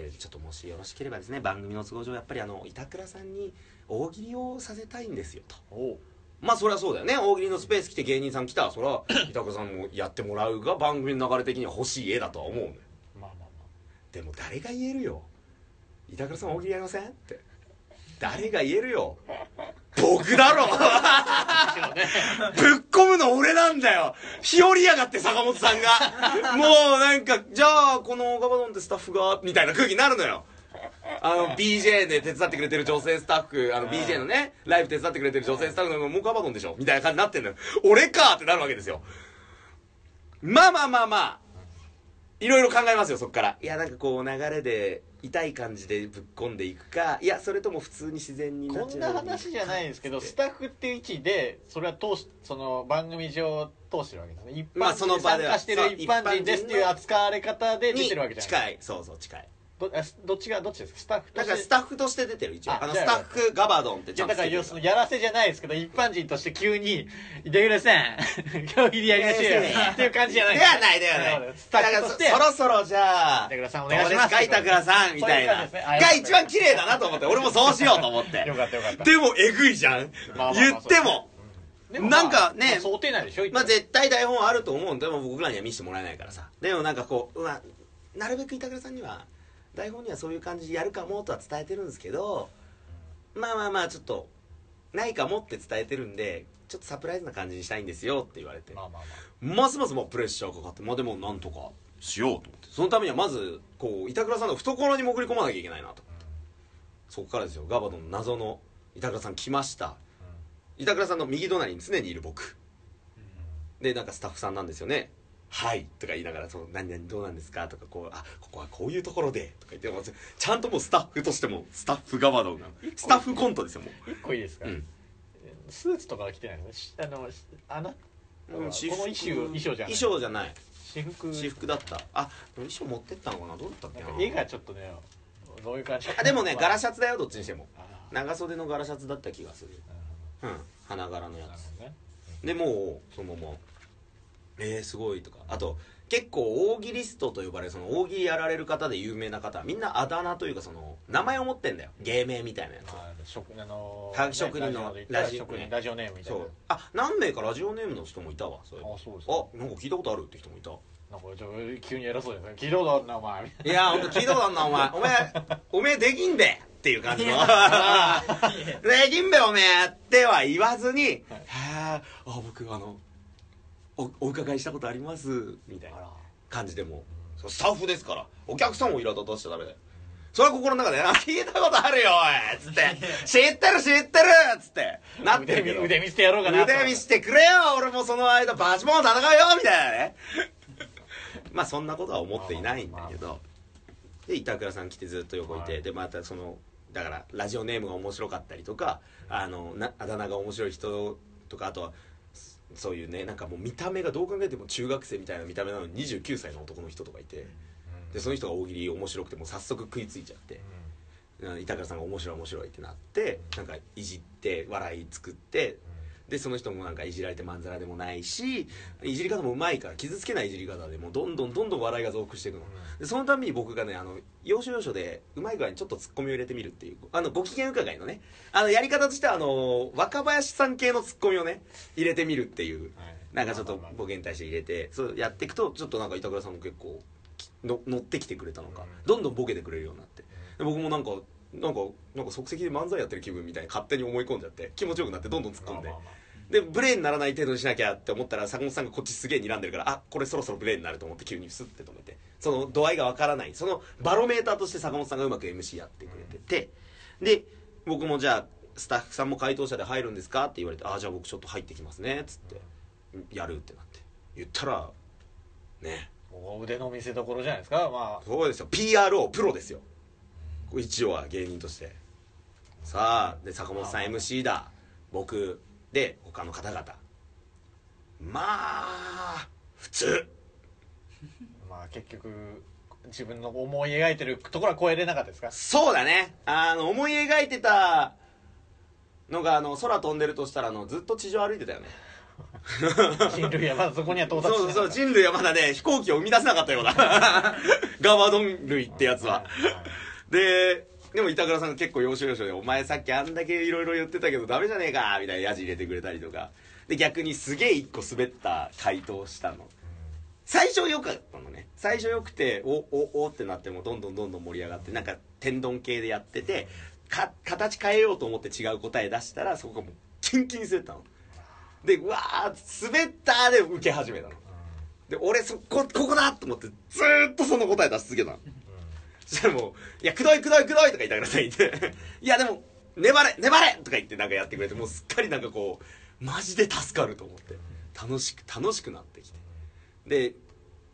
B: でちょっともしよろしければですね番組の都合上やっぱりあの板倉さんに大喜利をさせたいんですよと
C: うんおう
B: まあそりゃそうだよね大喜利のスペース来て芸人さん来たらそりゃ 板倉さんもやってもらうが番組の流れ的には欲しい絵だとは思うのよ
C: まあまあ
B: でも誰が言えるよ板倉さん大喜利やりませんって誰が言えるよ僕だろぶっ込むの俺なんだよ日和やがって坂本さん がもうなんかじゃあこのガバドンってスタッフがみたいな空気になるのよあ の BJ で手伝ってくれてる女性スタッフあの BJ のねライブ手伝ってくれてる女性スタッフのもうガバドンでしょみたいな感じになってんのよ俺かってなるわけですよまあまあまあまあいろいろ考えますよそこからいやなんかこう流れで痛い感じでぶっこんでいくかいやそれとも普通に自然に
C: こんな話じゃないですけどスタッフっていう位置でそれは通しその番組上通してるわけですね一
B: ま
C: 般
B: あその
C: 人
B: 場
C: 参
B: では
C: 加してる一般人ですっていう扱われ方で出てるわけじゃな
B: 近
C: い
B: いそうそう近い
C: どあどっちがどっちですかスタッフと
B: だ
C: し
B: から
C: て
B: スタッフとして出てる一応
C: あ
B: あの
C: じゃ
B: ス
C: あ
B: タッフガバドンって
C: い
B: ちゃ
C: や
B: んとつ
C: だから
B: けて
C: 要
B: る
C: するにやらせじゃないですけど一般人として急に「出浦さ ん今日入りやりましょうよ」っていう感じじゃない
B: ではないではない
C: スタッフ
B: だ
C: と
B: か
C: して
B: らそろそろじゃあ
C: 板倉さんお願い
B: どう
C: し
B: で
C: ます
B: すか板倉さんみたいな
C: そういう感じですねあ
B: が一番綺麗だなと思って俺もそうしようと思って
C: よかったよかった
B: でもえぐいじゃん
C: まあまあまあ
B: 言っても
C: でもまあ
B: なんかね
C: まあ想定内でしょ
B: まあ絶対台本あると思うんでも僕らには見せてもらえないからさでもなんかこううわなるべく板倉さんには台本にはそういう感じでやるかもとは伝えてるんですけどまあまあまあちょっとないかもって伝えてるんでちょっとサプライズな感じにしたいんですよって言われて
C: まあまあまあ
B: ますますもうプレッシャーかかってまあでもなんとかしようと思ってそのためにはまずこう板倉さんの懐に潜り込まなきゃいけないなと思ってそこからですよガバドンの謎の板倉さん来ました板倉さんの右隣に常にいる僕でなんかスタッフさんなんですよねはいとか言いながら「その何々どうなんですか?」とかこう「あここはこういうところで」とか言ってもうちゃんともうスタッフとしてもスタッフガバドンがスタッフコントですよもう
C: 一個いいですか、
B: うん
C: スーツとかは着てないのねしあのしあなこの
B: 私服
C: 衣装衣装じゃない
B: 衣装じゃない
C: 私服
B: 私服だったあ衣装持ってったのかなどうだったっけ
C: なん
B: な
C: か絵がちょっとねどういう感じ
B: あでもね柄シャツだよどっちにしても
C: あ
B: 長袖の柄シャツだった気がする
C: ーなる
B: うん花柄のや
C: ほ
B: つ
C: どね
B: でもうそのまま「えー、すごい」とかあと結構大喜利ストと呼ばれるその大喜利やられる方で有名な方はみんなあだ名というかその名前を持ってんだよ芸名みたいなやつ
C: まあ職あの
B: は職人の
C: ラ
B: ラ
C: ジ
B: ジ
C: オで言ったら職人ラジオネームみたい
B: そ
C: な
B: うあ何名かラジオネームの人もいたわそれ
C: あそうですか
B: あなんか聞いたことあるって人もいた
C: なんかちょ急に偉そうですね聞いたことあるなお前
B: いや本当聞いたことあんなお前お前おめえできんべっていう感じの できんべおめえっては言わずに「へえあ僕あのおお伺いしたことあります」みたい
C: あ
B: な
C: ら
B: 感じでもうそうスタッフですからお客さんを苛立たしちゃダメだよそれは心の中であ「聞いたことあるよおい」つって「知ってる知ってる」つってなって
C: 腕
B: るけ
C: 見
B: ど
C: 腕見せてやろうかなと思って
B: 腕見してくれよ俺もその間バチボン戦うよみたいなね まあそんなことは思っていないんだけどで板倉さん来てずっと横いて、
C: はい
B: でまたそのだからラジオネームが面白かったりとかあのなあだ名が面白い人とかあとはそそういうねなんかもう見た目がどう考えても中学生みたいな見た目なのに29歳の男の人とかいてでその人が大喜利面白くてもう早速食いついちゃってうん板倉さんが面白い面白いってなってなんかいじって笑い作ってでその人もなんかいじられてまんざらでもないしいじり方もうまいから傷つけないいじり方でもうどんどんどんどん笑いが増幅していくのでそのために僕がねあの要所要所でうまい具合にちょっとツッコミを入れてみるっていうあのご機嫌伺いのねあのやり方としてはあの若林さん系のツッコミをね入れてみるっていう
C: はい
B: なんかちょっと
C: まあまあま
B: ボケに対して入れてそうやっていくとちょっとなんか板倉さんも結構きの乗ってきてくれたのかどんどんボケてくれるようになってで僕もなんかなんかなんか即席で漫才やってる気分みたいに勝手に思い込んじゃって気持ちよくなってどんどん突っ
C: あ
B: 込んで
C: まあまあま
B: でブレーにならない程度にしなきゃって思ったら坂本さんがこっちすげえ睨んでるからあこれそろそろブレーになると思って急にスッて止めてその度合いがわからないそのバロメーターとして坂本さんがうまく MC やってくれててで僕もじゃあスタッフさんも回答者で入るんですかって言われてあじゃあ僕ちょっと入ってきますねっつってやるってなって言ったらね
C: あお腕の見せ所じゃないですかまあ
B: そうですよ PRO プロですよ一応は芸人としてさあで坂本さん MC だ僕で他の方々まあ普通
C: まあ結局自分の思い描いてるところは超えれなかっ たですか
B: そうだねあの思い描いてたのがあの空飛んでるとしたらあのずっと地上歩いてたよね
C: 人類はまだそこには到達し
B: そ
C: て
B: う
C: なか
B: そ
C: っ
B: う
C: た
B: 人類はまだね飛行機を生み出せなかったような ガバドン類ってやつはででも板倉さんが結構要所要所で「お前さっきあんだけいろいろ言ってたけどダメじゃねえか」みたいなヤジ入れてくれたりとかで逆にすげえ一個滑った回答したの最初良かったのね最初良くておおおってなってもどんどんどんどん盛り上がってなんか天丼系でやっててか形変えようと思って違う答え出したらそこがもうキンキンに滑ったのでうわー滑ったーで受け始めたので俺そこここだと思ってずーっとその答え出し続けたのそしたらもう「いやくどいくどいくどい」とか言いながらさ言って 「いやでも粘れ粘れ!」とか言ってなんかやってくれてもうすっかりなんかこうマジで助かると思って楽しく楽しくなってきてで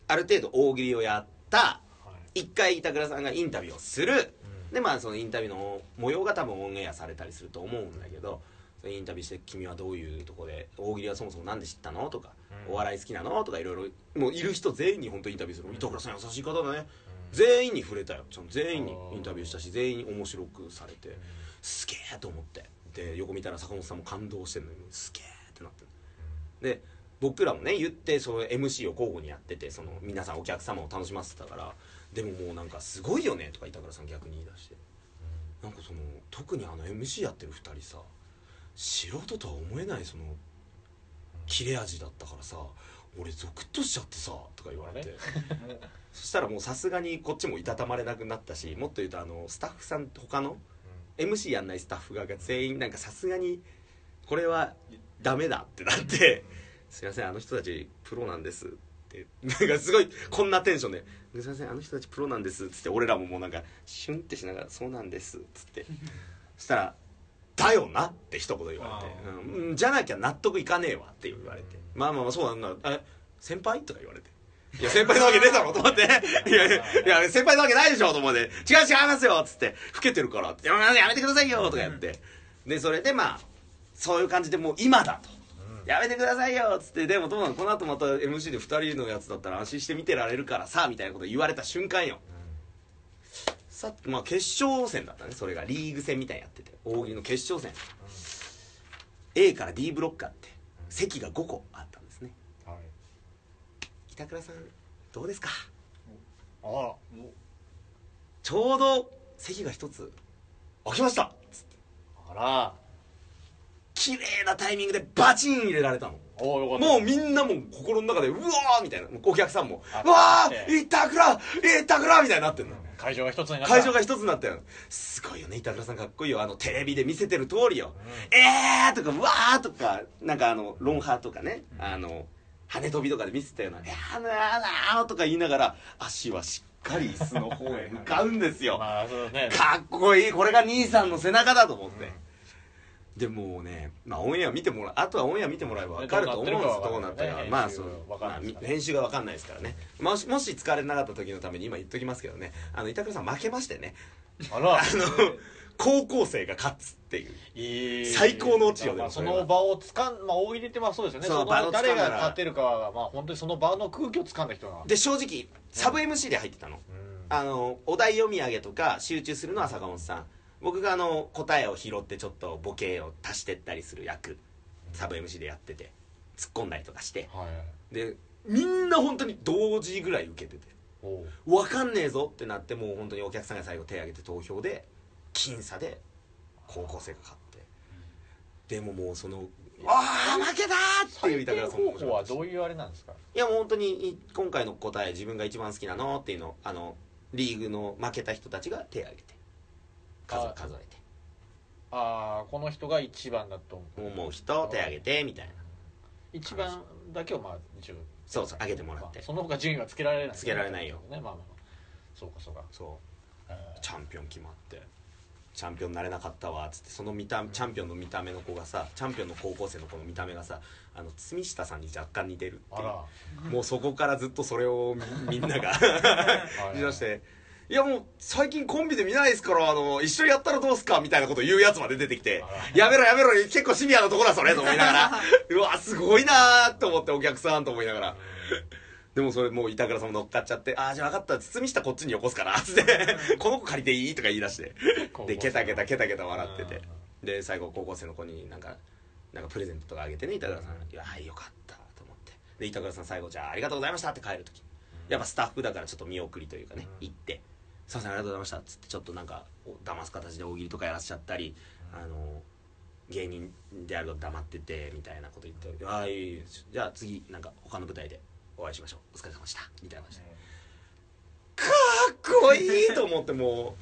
B: ある程度大喜利をやっった
C: はい
B: 一回板倉さんがインタビューをするでまあそのインタビューの模様が多分オンエアされたりすると思うんだけどそれインタビューして「君はどういうとこで大喜利はそもそもなんで知ったの?」とか「
C: うん
B: お笑い好きなの?」とかいろいろもういる人全員に本当インタビューする板倉さん優しい方だね全員に触れたよちゃんと全員にインタビューしたし全員面白くされてすげえと思ってで横見たら坂本さんも感動してるのにすげえってなってるで僕らもね言ってその MC を交互にやっててその皆さんお客様を楽しませてたからでももうなんかすごいよねとか板倉さん逆に言い出してなんかその特にあの MC やってる2人さ素人とは思えないその切れ味だったからさ俺ゾクッとしちゃってさとか言われて そしたらもうさすがにこっちもいたたまれなくなったしもっと言うとあのスタッフさん他の MC やんないスタッフ側が全員なんかさすがにこれはダメだってなって「すいませんあの人たちプロなんです」ってなんかすごいこんなテンションで「すいませんあの人たちプロなんです」っつって俺らももうなんかシュンってしながら「そうなんです」っつってそしたら「だよな」って一言言われて
C: あ
B: 「うん、じゃなきゃ納得いかねえわ」って言われて「まあまあまあそうなんだえ先輩?」とか言われて。いや、先輩なわけねえだろと思って。 いやい や、いや先輩なわけないでしょと思って。違う違いますよっつって。老けてるからって。やめやめてくださいよとかやって。で、それでまあ、そういう感じでもう今だと。やめてくださいよっつって。でも、どうなのこの後また MC で2人のやつだったら安心して見てられるからさ、みたいなこと言われた瞬間よ。さっまあ決勝戦だったねそれがリーグ戦みたいにやってて大喜利の決勝戦 A から D ブロックあって席が5個あったんですね
C: はい
B: 板倉さんどうですか
C: あ
B: ちょうど席が一つ開きましたつって
C: らあ
B: 綺麗なタイミングでバチン入れられたの
C: らおよかった
B: もうみんなもう心の中でうわーみたいなもうお客さんも
C: あ
B: うわ
C: え
B: ー板倉板倉みたいになってんの
C: 会場が一つになった
B: 会場が一つになったよすごいよね板倉さんかっこいいよあのテレビで見せてる通りよ、えーとかうわーとかなんかあのロンハーとかね、あの羽飛びとかで見せてたような「いやーなーなー」とか言いながら足はしっかり椅子の方へ向かうんですよ
C: まあそう ね
B: かっこいいこれが兄さんの背中だと思って、でもうね、まあ、オンエア見てもらうあとはオンエア見てもらえば分かると思うんです
C: ど
B: ど
C: う
B: うな
C: なっ
B: ってた
C: る
B: か
C: か
B: は
C: ね
B: まあそう
C: 編集わかんないですから
B: まあ編集が分かんないですからねもしもし疲れなかった時のために今言っときますけどねあの板倉さん負けましてね
C: あら
B: あの高校生が勝つっていう
C: いい
B: 最高のオチよでも
C: そ
B: それは
C: の場をつかんまあ大喜利ってまあそうですよね
B: そう
C: その
B: 場の
C: 誰
B: つか
C: が
B: んだら
C: 立てるかはまあ本当にその場の空気をつかんだ人が
B: で正直サブ MC で入ってたの
C: うん
B: あのお題読み上げとか集中するのは坂本さん僕があの答えを拾ってちょっとボケを足してったりする役サブ MC でやってて突っ込んだりとかして
C: はい
B: でみんな本当に同時ぐらい受けてて
C: おう
B: 分かんねえぞってなってもう本当にお客さんが最後手挙げて投票で僅差で高校生が勝ってでももうその「ああ負けた!」っていう
C: 採
B: 板
C: 点
B: 倉さん
C: 方
B: も
C: 法はどういうあれなんですか
B: いやもう本当にい今回の答え自分が一番好きなのっていうのをあのリーグの負けた人たちが手挙げて数
C: あ
B: 数えて
C: ああこの人が一番だと思う
B: 思う人手挙げてみたいな
C: 一番だけをまあ一応
B: そうそう挙げてもらっ
C: ま
B: て
C: あその他順位はつけられない
B: つけられないよ
C: ねまあまあまあそうかそうか
B: そうチャンピオン決まってチャンピオンになれなかったわっつってその見たチャンピオンの見た目の子がさチャンピオンの高校生の子の見た目がさあの堤下さんに若干似てるって
C: あ
B: いう
C: ら
B: もうそこからずっとそれをみ みんなが
C: はい
B: 見出して「いやもう最近コンビで見ないですからあの一緒にやったらどうすか」みたいなこと言うやつまで出てきて「やめろやめろ結構シビアなとこだそれ」と思いながら 「うわすごいな」と思ってお客さんと思いながら。でもそれもう板倉さんも乗っかっちゃって「ああじゃあ分かった堤下こっちによこすから」つって「この子借りていい?」とか言い出して
C: 高校生
B: でケタケタケタケタ笑っててで最後高校生の子になんかなんかプレゼントとかあげてね板倉さん「いやーよかった」と思ってで板倉さん最後「じゃあありがとうございました」って帰る時やっぱスタッフだからちょっと見送りというかね行って「すいませんありがとうございました」っつってちょっとなんかお騙す形で大喜利とかやらせちゃったりあの芸人であると黙っててみたいなこと言って「ああいいいいですじゃあ次なんか他の舞台でお会いしましょうお疲れ様でした」みたいな感じでかっこいいと思っても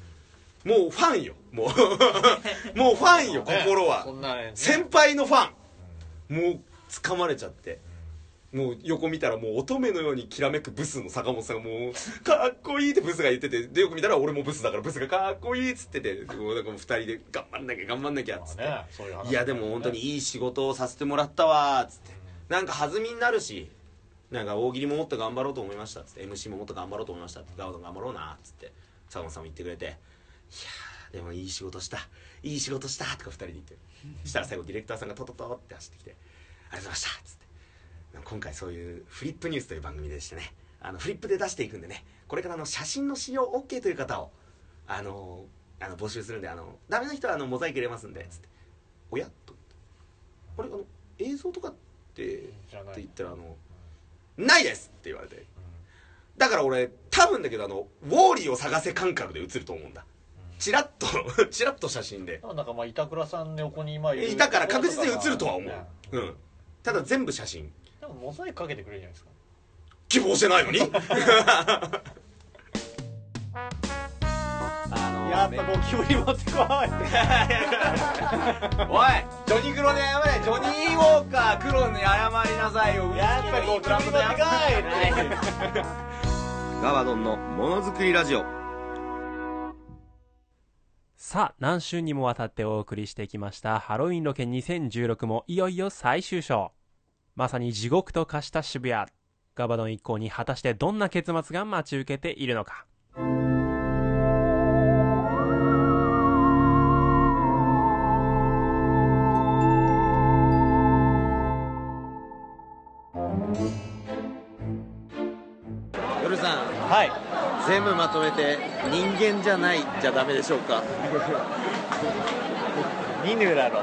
B: うもうファンよもうもうファンよ
C: ね
B: 心 は
C: そんなね
B: 先輩のファンもう掴まれちゃってもう横見たらもう乙女のようにきらめくブスの坂本さんがもうかっこいいってブスが言っててでよく見たら俺もブスだからブスがかっこいいっつっててもうなんかもう二人で頑張んなきゃ頑張んなきゃっつって、
C: まあねそういう話
B: いやでも本当にいい仕事をさせてもらったわっつってなんか弾みになるしなんか大喜利ももっと頑張ろうと思いましたっつって MC ももっと頑張ろうと思いましたってガオさん頑張ろうなっつって坂本さんも言ってくれていやーでもいい仕事したいい仕事したとか二人に言ってしたら最後ディレクターさんがトトトって走ってきてありがとうございましたっつって今回そういうフリップニュースという番組でしてねあのフリップで出していくんでねこれからあの写真の使用 OK という方をあのあの募集するんであのダメな人はあのモザイク入れますんでつって「おや?」と思ってあれあの映像とかってって
C: じゃない
B: 言ったらあの「ないです!」って言われてだから俺多分だけどあのウォーリーを探せ感覚で映ると思うんだチラッとチラッと写真で
C: なんかまあ板倉さんの横に今る
B: いたから確実に映るとは思
C: ね
B: う、うん、ただ全部写真
C: でもモザイクかけてくれるじゃないですか
B: 希望してないのに
A: あの
C: やっぱゴキブリ持ってこい
D: おいジョニクロで謝れジョニーウォーカークロンに謝りなさいよ
C: やっぱゴキブリ持ってこい
E: ガバドンのものづくりラジオ
A: さあ、何週にもわたってお送りしてきましたハロウィンロケ2016もいよいよ最終章。まさに地獄と化した渋谷。ガバドン一行に果たしてどんな結末が待ち受けているのか。
B: 夜さん
C: はい
B: 全部まとめて人間じゃないじゃダメでしょうか
C: ニヌラロ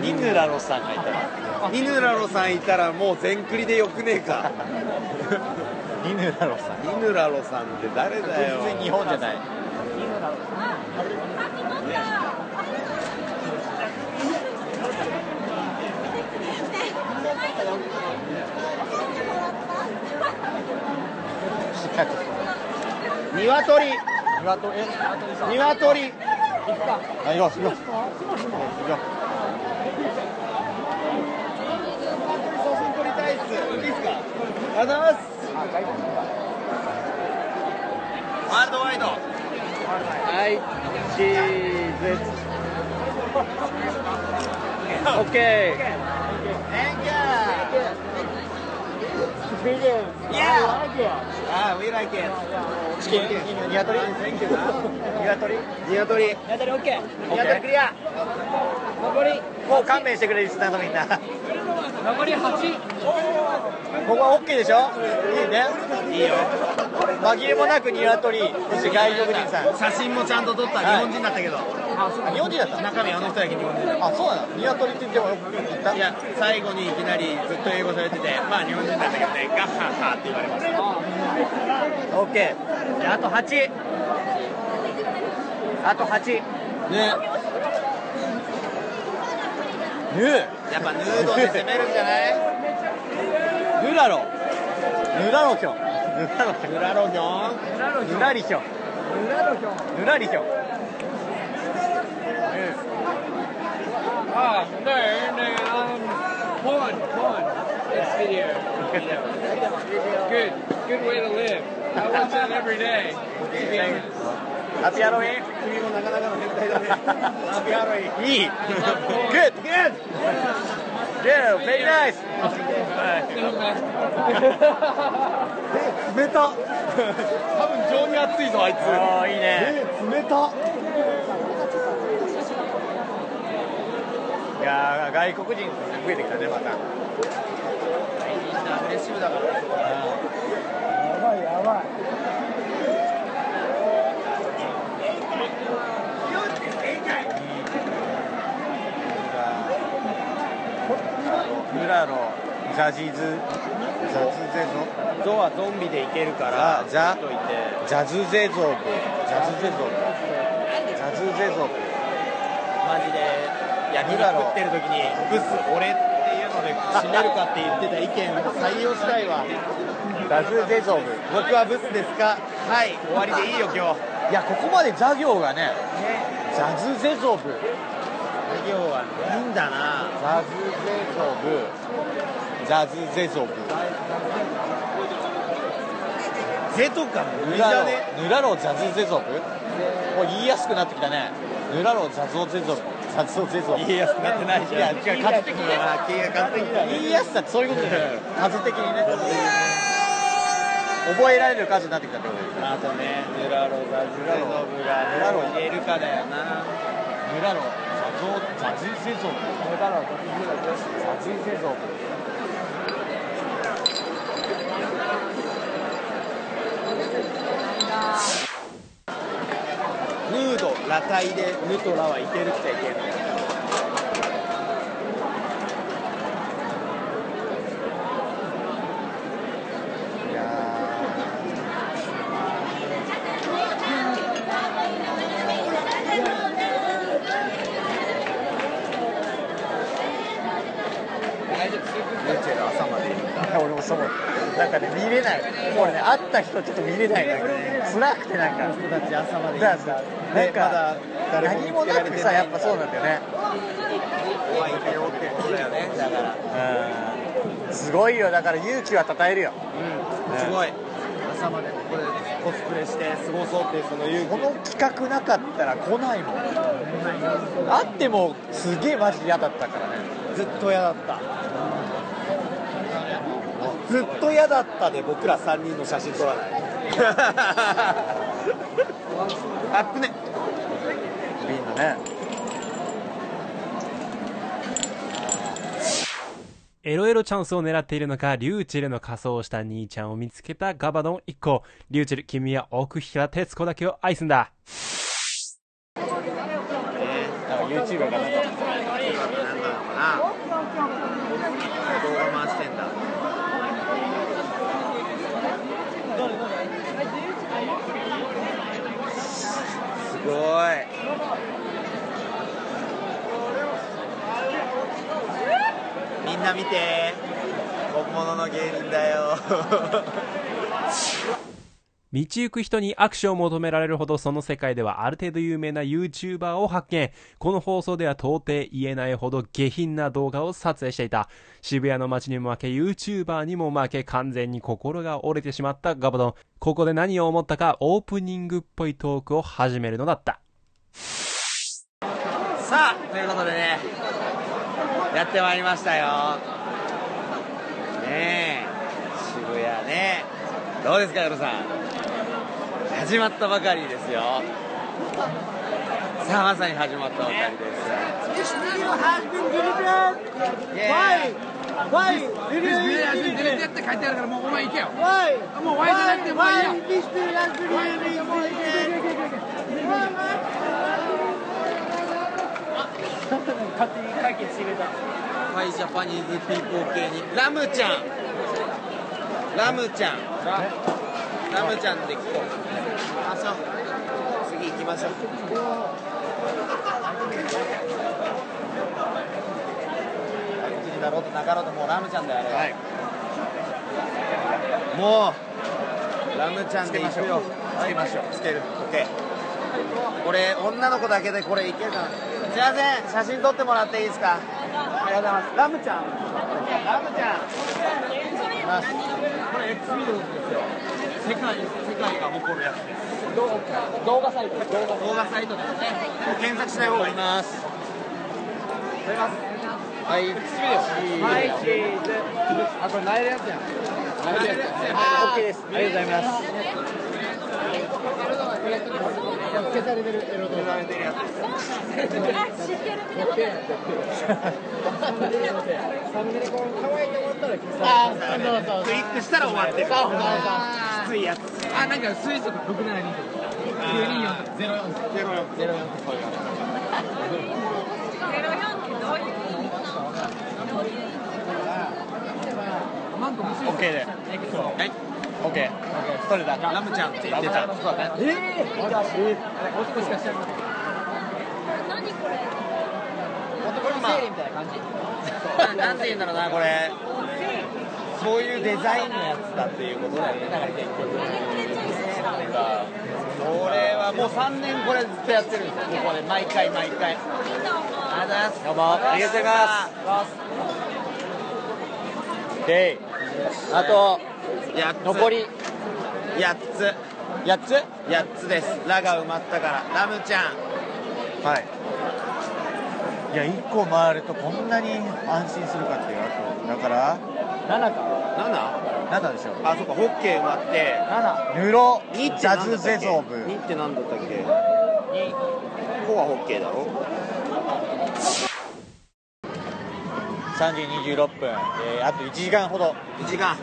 C: ニヌラロさんがいたら
B: ニヌラロさんいたらもう全クリでよくねえか
C: ニヌラロさん
B: ニヌラロさんって誰だよ
C: 全然日本じゃない
F: ニワトリ
C: 鶏え鶏さん
F: ニワトリ
C: あ行こう行こう行こ
F: あざます
B: ワールドワイド
F: はいチーズオッケー Thank you Yeah!
B: ああ We like it
C: うチキンニワトリニワトリ
B: ニワトリ
F: ニワトリオッケーニワトリクリア残り
C: もう勘弁してくれリスナーのみんなこ
F: 残り8
C: こは OK でしょいいねいいよ紛れもなくニワトリそして外国人さん
G: 写真もちゃんと撮った、
C: はい
G: 日本人だったけど
C: あ日本人だった
G: 中身あの人だけ日本人だ
C: あそうなのニワトリって言ってもよく言った
G: いや最後にいきなりずっと英語されててまあ日本人なんだけどねガッハッハって言われました
C: オッケ
F: であと8あと8
C: ーねね
G: やっぱヌードで攻めるんじゃない
C: えヌラロヌラロヒョンヌラロヒョン
G: ヌラロギョン
C: ヌラリヒョンヌラロヒョンヌラリヒョンハッピーハロウィン君もなかなかの変態だねハッピーハロウィンいい Good! Good! Good! Very nice! 冷た
G: 情に熱いぞあいつ
C: あーいいね
G: 冷た
C: いやー外国人増えてきたねまた
G: アグレッシブだから
C: ムラロザジズザズゼゾゾはゾンビでいけるからザザズゼゾブザズゼゾブザズゼゾブ
G: マジで焼き肉食ってる時にブス俺っていうので締めるかって言ってた意見採用したいわ
C: ザズゼゾブ
G: 僕はブスですかはい終わりでいいよ今
C: い
G: 日
C: やここまでザ行がねザズゼゾブ
G: 今日はいいんだな
C: ザズゼゾブザズゼゾブ
G: ゼとか
C: ヌ
G: 無理
C: ラ
G: だ
C: ロ
G: ね
C: ヌラロザズゼゾブもう言いやすくなってきたねヌラロザゾゼゾブザ
G: カツオですわ
D: 家康になってないじ
G: いや
D: ゃん
G: 違う数的にね言いやすさってそういうことだよ数的にね覚えられる数になってきたってことだよ
D: あとねズラロがズラロブ
G: ズラロ
D: が入れるかだよな
G: ムラロ雑雑製造部ムラロ雑製造部ヌード裸体でヌとラはいけるっちゃいけるいやールチェル朝までいるんだ俺もそうなんかね見れないもうね会った人ちょっと見れないなんかね辛くてなんか人たち朝までいるんだなんか何もなくさやっぱそうなんだよね
D: 怖いよってことだよねだから
G: うんすごいよだから勇気は称えるよ
D: すごい
G: 朝までここでコスプレして過ごそうってそのこの企画なかったら来ないもんあってもすげえマジ嫌だったからねずっと嫌だったずっと嫌だったで僕ら3人の写真撮らない あっぶねみんなね
A: エロエロチャンスを狙っているのか、リューチェルの仮装をした兄ちゃんを見つけたガバドン一行。リューチェル、君は奥平徹子だけを愛すんだ。
G: なんか YouTuber がなん
D: なん
G: か
D: だろうな動画回してんだすごいみんな見て本物の芸人だよ
A: 道行く人に握手を求められるほどその世界ではある程度有名な YouTuber を発見。この放送では到底言えないほど下品な動画を撮影していた。渋谷の街にも負け YouTuber にも負け完全に心が折れてしまったガバドン。ここで何を思ったかオープニングっぽいトークを始めるのだった。
D: さあということでねやってまいりましたよねえ渋谷ねどうですかヨロさん始まったばかりですよさあまさに始まったばかりですイエーイファイジャパニーズピーポー系にラムちゃんラムちゃんラムちゃんで聞こう行きましょう次行きましょう
G: 悪口になろうとなかろうともうラムちゃんだよあれは
D: もうラムちゃんで行くよ
G: つけましょうつけるオッケー
D: これ女の子だけでこれいけるかなすいません写真撮ってもらっていいですか
G: ありがとうございます。ラムちゃん。ラムちゃん。
D: これ X ビデオですよ世界世界が誇るやつです
G: 動画サイト。動画。
D: 動画サイトですね検索しない方がいいますはい X ビデオ
G: はい、チーズ。あ、これ、なえるやつやん。なえるやつ。オッケーです。ありがとうございます。消されてる。消されてるやつ。サムネでこう可愛いと思ったら消されてる。あ、そうそう。
D: クリックしたら終わってる
G: そうそう
D: きついやつ
G: そう。オッケーで。はい。オッケー。取れた。
D: ラムちゃんって言ってた
G: ええー。もう少しかしてる。整理みたいな感じ。
D: なんて言うんだろうなこれそういうデザインのやつだっていうことだよねだから結局これはもう3年これずっとやってるんですよここで毎回毎回ありがとうございますどうもありがとうござい
G: で、あと
D: ます
G: 残り
D: 8つ
G: 八つ。
D: 8つですラが埋まったからラムちゃん
G: はい。
C: や1個回るとこんなに安心するかっていうあとだから7か
G: 7?
C: 7でしょ
G: あそっかホッケーもあって
C: 7ヌロ
G: 2って
C: ジャ
G: 何だ
C: ズ
G: った
C: ゼ
G: っけ
C: ゾブ
G: 2って何だったっけ2こはホッケーだろ
C: 3時26分、えーあと1時間ほど
G: 1時間
C: あ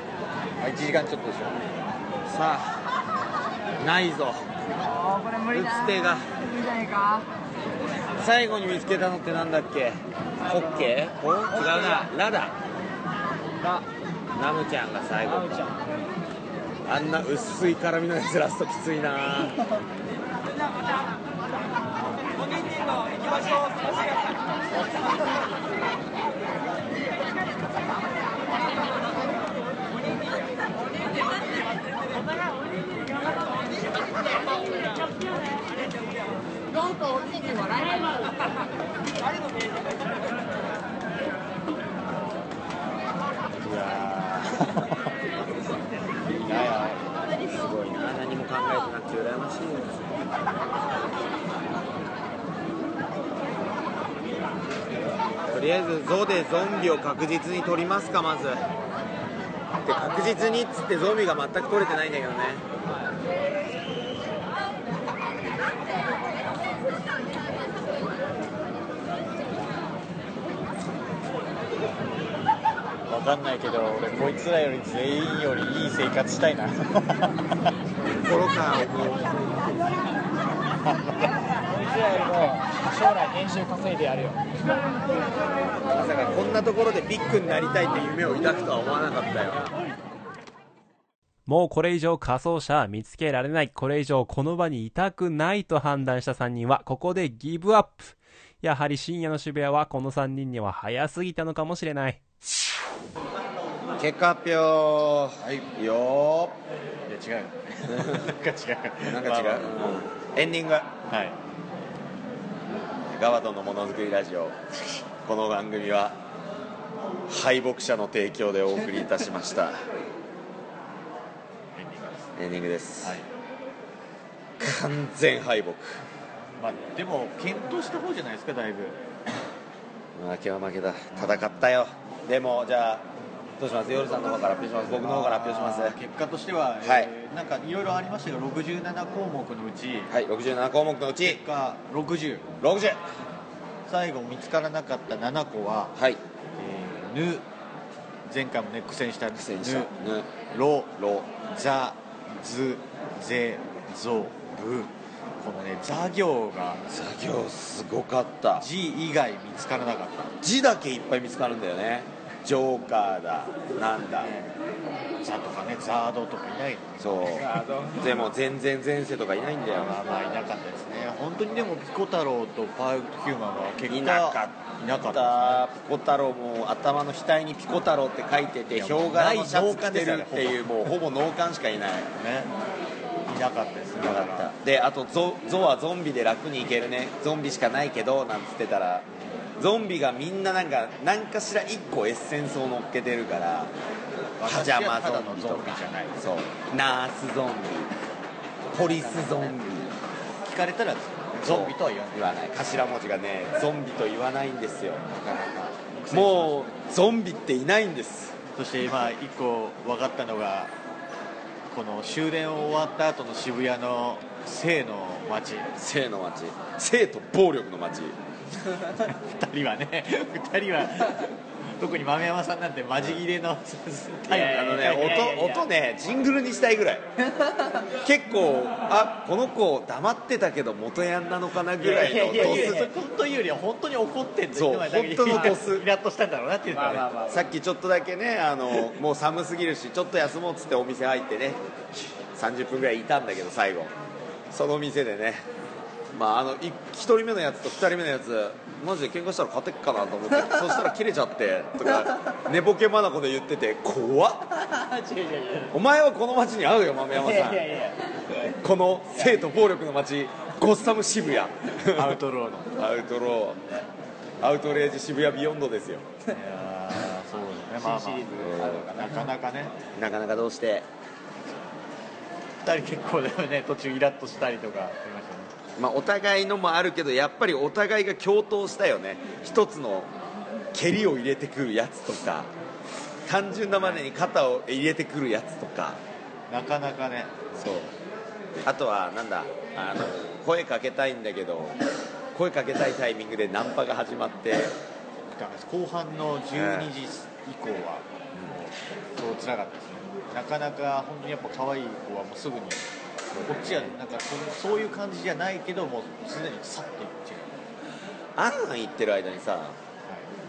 C: 1時間ちょっとでしょ
G: さあないぞ打つ手が最後に見つけたのってなんだっけホッケー違うなラだララムちゃんが最後あんな薄い絡みのやつラストきついなすごいな何も考えてなくて羨ましいですとりあえずゾでゾンビを確実に取りますかまずで確実にっつってゾンビが全く取れてないんだけどね
C: わかんないけど俺こいつらより全員よりいい生活したいな
G: 心から思う
H: 将来年収稼いでやるよ
G: まさかこんなところでビッグになりたいって夢を抱くとは思わなかったよ
A: もうこれ以上仮想者は見つけられない。これ以上この場にいたくないと判断した3人は、ここでギブアップ。やはり深夜の渋谷はこの3人には早すぎたのかもしれない。
G: 結果発表はいよ
C: いや違うよ なんか違
G: ー
C: う
G: なんか違う、
C: まあま
G: うんエンディング
C: あはい
B: ガバドンのものづくりラジオこの番組は敗北者の提供でお送りいたしましたエンディングです
C: はい
B: 完全敗北
C: まあでも検討した方じゃないですかだいぶ
B: 負けは負けだ戦ったよでもじゃあどうします夜さんの方から発表します僕の方から発表します
C: 結果としては、えー
B: はい
C: なんかいろいろありましたよ67項目のうち
B: はい67項目のうち
C: 結果60
B: 60
C: 最後見つからなかった7個は、
B: はい
C: えー、ぬ 前回もね苦戦した苦
B: 苦戦した
C: ぬ
B: ぬ
C: ろ
B: ろ
C: ザズゼゾブこのね座行が
B: 作業すごかった
C: 字以外見つからなかっ
B: 字だけいっぱい見つかるんだよねジョーカーだなんだ
C: たザとかねザードとかいないの
B: そうでも全然前世とかいないんだよ
C: まあまあいなかったですね本当にでもピコ太郎とパーフェクトヒューマンは結果
B: いなか
C: いなか
B: ま
C: った
B: たピコ太郎も頭の額にピコ太郎って書いてて
C: いや
B: ヒョウ柄
C: も
B: の
C: う
B: シャツ
C: 脳
B: 着
C: 幹で
B: て
C: すよ
B: るっ
C: ね
B: ていうもうほぼ脳幹しかいない
C: ですねいなかったですね
B: なかったであとゾゾはゾンビで楽にいけるねゾンビしかないけどなんつってたらゾンビがみんななんか何かしら1個エッセンスを乗っけてるからパジャマゾンビと
C: 私はただのゾンビ
B: か
C: じゃない
B: そうナースゾンビポリスゾンビ
C: 聞かれたらゾンビとは言わ
B: 言わない頭文字がねゾンビと言わないんですよ
C: ない
B: もうゾンビっていないんです
C: そして今一個分かったのがこの終電を終わった後の渋谷の生の街
B: 性の街性と暴力の街
C: 2人はね2人は特に豆山さんなんてマジ切れの
B: あのね音音ねジングルにしたいぐらい結構あこの子黙ってたけど元ヤンなのかなぐ
C: い
B: ら
C: や
B: い
C: いや
B: の
C: いやいやいや
B: ド
C: というよりは本当に怒ってんだ
B: そう
C: 今だけで
B: 本当のドス
C: イラッとしたんだろうなっていうのがね
B: スさっきちょっとだけねあのもう寒すぎるしちょっと休もうっつってお店入ってね30分ぐらいいたんだけど最後その店でねまああの1人目のやつと2人目のやつマジで喧嘩したら勝てっかなと 思ってそしたら切れちゃってとか寝ぼけまなこで言ってて怖っお前はこの町に合うよ豆山さんこの生と暴力の街ゴッサム渋谷
C: アウトローの
B: アウトローアウトレージ渋谷ビヨンドですよ
C: いやーそうですねまあまあなかなかね
B: なかなかどうして
C: 2人結構でもね途中イラッとしたりとかありましたね
B: まあ、お互いのもあるけどやっぱりお互いが共闘したよね一つの蹴りを入れてくるやつとか単純なまでに肩を入れてくるやつとか
C: なかなかね
B: そうあとはなんだあの声かけたいんだけど声かけたいタイミングでナンパが始まって
C: ダメです後半の12時以降はもうそうつらかったですねなかなか本当にやっぱ可愛い子はもうすぐにこっちはなんかそそういう感じじゃないけどもうすでにさっといっちゃう
B: あんあん言ってる間にさ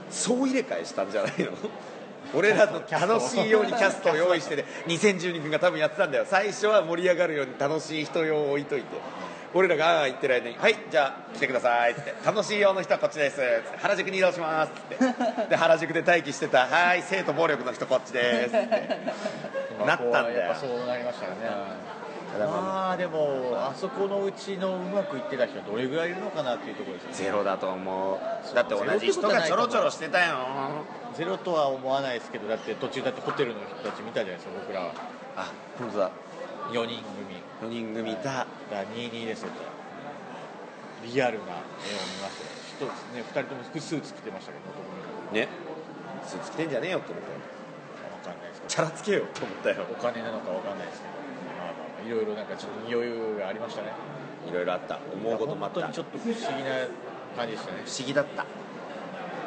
B: 総入れ替えしたんじゃないの 俺らの楽しいようにキャストを用意してて2012君が多分やってたんだよ最初は盛り上がるように楽しい人用を置いといて俺らがああ言ってる間に「はいじゃあ来てください」っつって「楽しい用の人はこっちです」つって原宿に移動します」っつってで原宿で待機してた「はい生徒暴力の人こっちです」 ってなったんだよ
C: やっぱそうなりましたよねまあでもあそこのうちのうまくいってた人はどれぐらいいるのかなっていうところですよね
B: ゼロだと思うだって同じ人がちょろちょろしてたよ
C: ゼロとは思わないですけどだって途中だってホテルの人たち見たじゃないですか僕らは
B: あ本当だ
C: 4人
B: 4
C: 組
B: 人組いた
C: だから22ですよリアルな絵を見ましたよ一つね2人とも複数作ってましたけど男の
B: ねスーツ着てんじゃねえよって思ったよ
C: 子わかんないですけど
B: チャラつけよと思ったよ
C: お金なのかわかんないですけどまあまあまあいろいろなんかちょっと余裕がありましたね
B: いろいろあった思うこともあった
C: 本当にちょっと不思議な感じでしたね
B: 不思議だった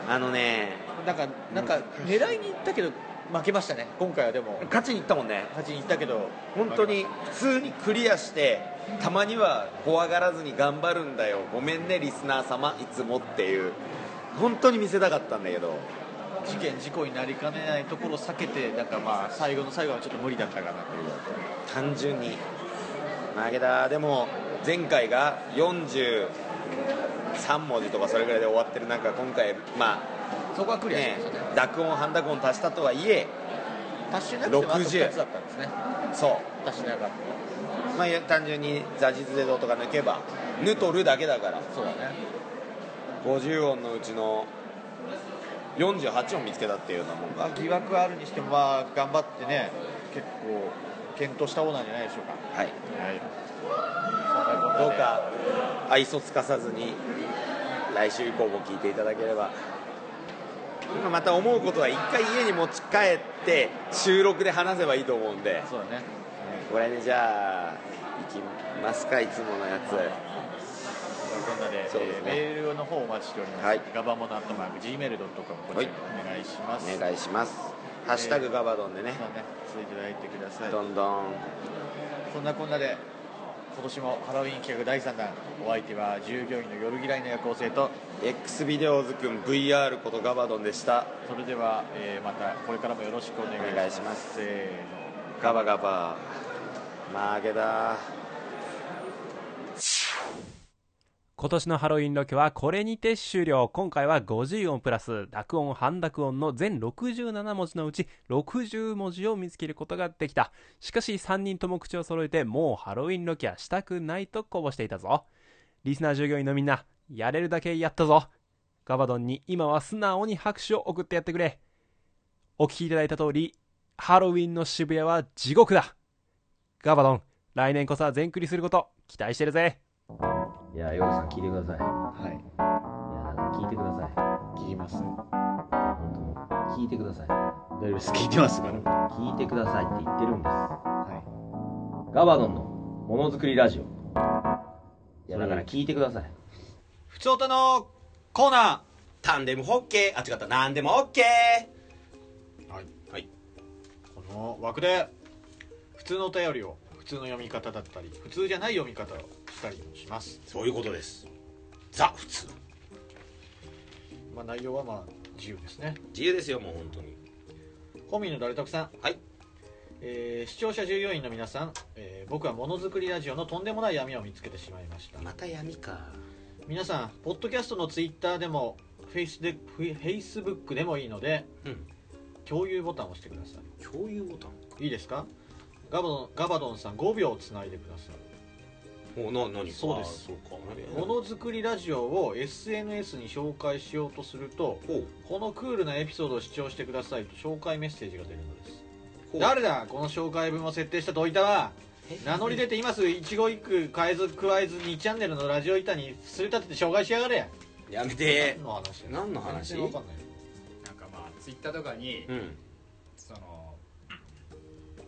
B: あのね
C: なんかなんか狙いに行ったけど負けましたね今回はでも
B: 勝ちに行ったもんね
C: 勝ちに行ったけど
B: 本当に普通にクリアしてたまには怖がらずに頑張るんだよごめんねリスナー様いつもっていう本当に見せたかったんだけど
C: 事件事故になりかねないところを避けてなんかまあ最後の最後はちょっと無理だったかなという
B: 単純に負けたでも前回が43文字とかそれぐらいで終わってる中今回ま
C: そこは
B: あ
C: クリアし
B: ね
C: ましたね
B: 濁音半濁音足したとはいえ
C: 達してなくてもあと2つだったんですね
B: そう
C: 達してなかっ
B: まあ、いや単純にザジズゼドとか抜けば「ぬ」と「る」だけだから
C: たそうだね
B: 50音のうちの48音見つけたっていうようなもんが
C: まあ、疑惑はあるにしても、まあ、頑張ってね、結構、検討した方なんじゃないでしょうか。
B: はい
C: はい、
B: どうか愛想つかさずに来週以降も聞いていただければまた思うことは一回家に持ち帰って収録で話せばいいと思うんで
C: そうだね。
B: これねじゃあ行きますかいつものやつ
C: そんなで、
B: そうですね
C: えーメールの方お待ちしております。
B: はい
C: ガバモノアットマーク gmail ドットコムこちらにお願いします。
B: お願いします「ハッシュタグガバドン」でね
C: まあね、続いていただいてください。
B: どんどん
C: そんなこんなで。今年もハロウィン企画第3弾お相手は従業員の夜嫌いの夜行性と
B: X ビデオズくん VR ことガバドンでした
C: それでは、えーまたこれからもよろしくお願いします
B: お願いします
C: せーの
B: ガバガバ負けだ
A: 今年のハロウィンロケはこれにて終了。今回は50音プラス、濁音、半濁音の全67文字のうち60文字を見つけることができた。しかし3人とも口を揃えてもうハロウィンロケはしたくないとこぼしていたぞ。リスナー従業員のみんな、やれるだけやったぞ。ガバドンに今は素直に拍手を送ってやってくれ。お聞きいただいた通り、ハロウィンの渋谷は地獄だ。ガバドン、来年こそは全クリすること期待してるぜ。
I: いや、ようさん聞いてください。いや、
C: は
I: な
C: い
I: んか聞いてください。
C: 聞きます
I: 本当もう聞いてください。
C: 大丈夫です聞いてますから
I: 聞いてくださいって言ってるんです。
C: はい
I: ガバドンのものづくりラジオ。いや、だから聞いてください。
C: ふつおたのコーナ
J: タンデムホッケーあ違った何でもオッケ
C: ーはい
J: ーはい
C: この枠で普通のお便りを普通の読み方だったり普通じゃない読み方をしたりもします、
J: そういうことですザ普通
C: まあ、内容はまあ自由ですね
J: 自由ですよもう本当に
C: コミの誰得さん
J: はい
C: えー視聴者従業員の皆さん、えー僕はものづくりラジオのとんでもない闇を見つけてしまいました
J: また闇か
C: 皆さんポッドキャストのツイッターでもフェイスでフェイスブックでもいいので
J: うん
C: 共有ボタンを押してください
J: 共有ボタン
C: いいですかガバドンガバドンさん5秒つないでください
J: おな何か
C: そうです
J: そうか
C: ものづくりラジオを SNS に紹介しようとすると
J: ほう
C: このクールなエピソードを視聴してくださいと紹介メッセージが出るのです
J: ほう
C: 誰だこの紹介文を設定したといたは名乗り出て今すぐ一語一句変えず加えず2チャンネルのラジオ板にすり立てて障害しやがれ
B: やめて
C: 何の話
B: 何の話
C: 全然わかんないよ
K: なんかまあツイッターとかに、
B: うん
K: その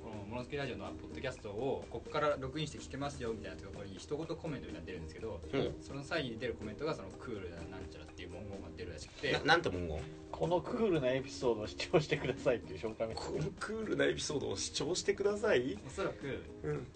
K: この「ものづけラジオ」のポッドキャストをここからログインして聞けますよみたいなところに一言コメントみたいなの出るんですけど、
B: うん
K: その際に出るコメントがそのクールだなんちゃらっていう文言が出るらしくて
B: ななんて文言
C: このクールなエピソードを視聴してくださいっていう紹介メッセ
B: こ
C: ー
B: の
C: ジ
B: クールなエピソードを視聴してください
K: おそらく、
B: うん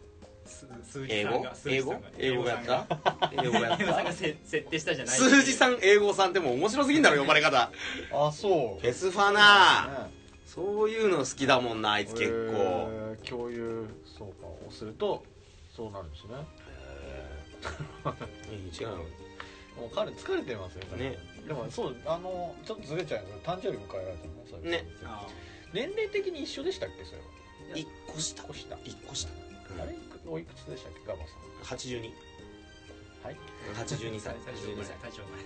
K: す数字
B: 英
K: さん
B: 語
K: が数字
B: 英
K: さ
B: 語
K: んが
B: 英語や
K: さん
B: っ
K: が
B: た英語やっ
K: 英語さんが
B: た
K: せ設定したじゃない
B: 数字さ
K: ん
B: ん英語さんってもう面白すぎんだろ呼ばれ方
C: あそう
B: フェスファな
C: ね
B: そういうの好きだもんなあいつ結構
C: えー共有そうかをするとそうなるんですね
B: 違う
C: もう彼疲れてますよ
B: ね
C: でもそうあのちょっとずれちゃうんですけど誕生日迎えられたのねそれ
B: ね
K: あ
C: 年齢的に一緒でしたっけそれは
B: 一個下
C: 越した
B: 一個下
C: あれいくおいくつでしたっけガバさん
B: 八十二
C: はい
B: 八十二歳
K: 最初生まれ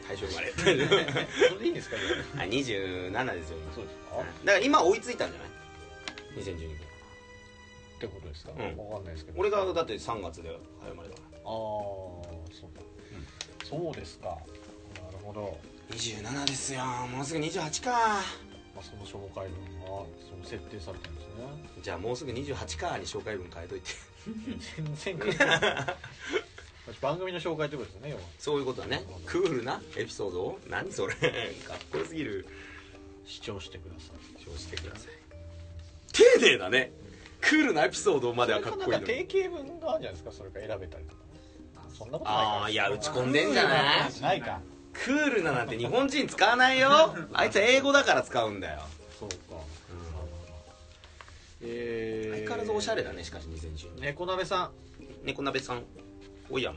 K: 最初生まれ
B: 大正生まれ
C: それでいいんですかね
B: あ二十七ですよ今
C: そうですか
B: だから今追いついたんじゃない二千十二年
C: ってことですか、
B: うん
C: わかんないですけど
B: 俺
C: あ
B: がだって三月で生まれだから
C: あーそうか、そうですかなるほど、
B: 27ですよもうすぐ28か
C: まあ、その紹介文はその設定されたんですね
B: じゃあもうすぐ28かに紹介文変えといて
C: 全然関係ない 番組の紹介ってことですね要は
B: そういうことだねクールなエピソードを何それ かっこよすぎる
C: 視聴してください
B: そうしてください丁寧だねクールなエピソードまではかっこいいの
C: なんか定
B: に
C: 型文があるんじゃないですかそれから選べたりとかそんなことないか
B: ああいや打ち込んでんじゃない
C: ないか
B: クールななんて日本人使わないよあいつは英語だから使うんだよ
C: そうか、えー、
B: 相変わらずおしゃれだねしかし2010年
C: 猫鍋さん
B: 猫鍋さんおいやん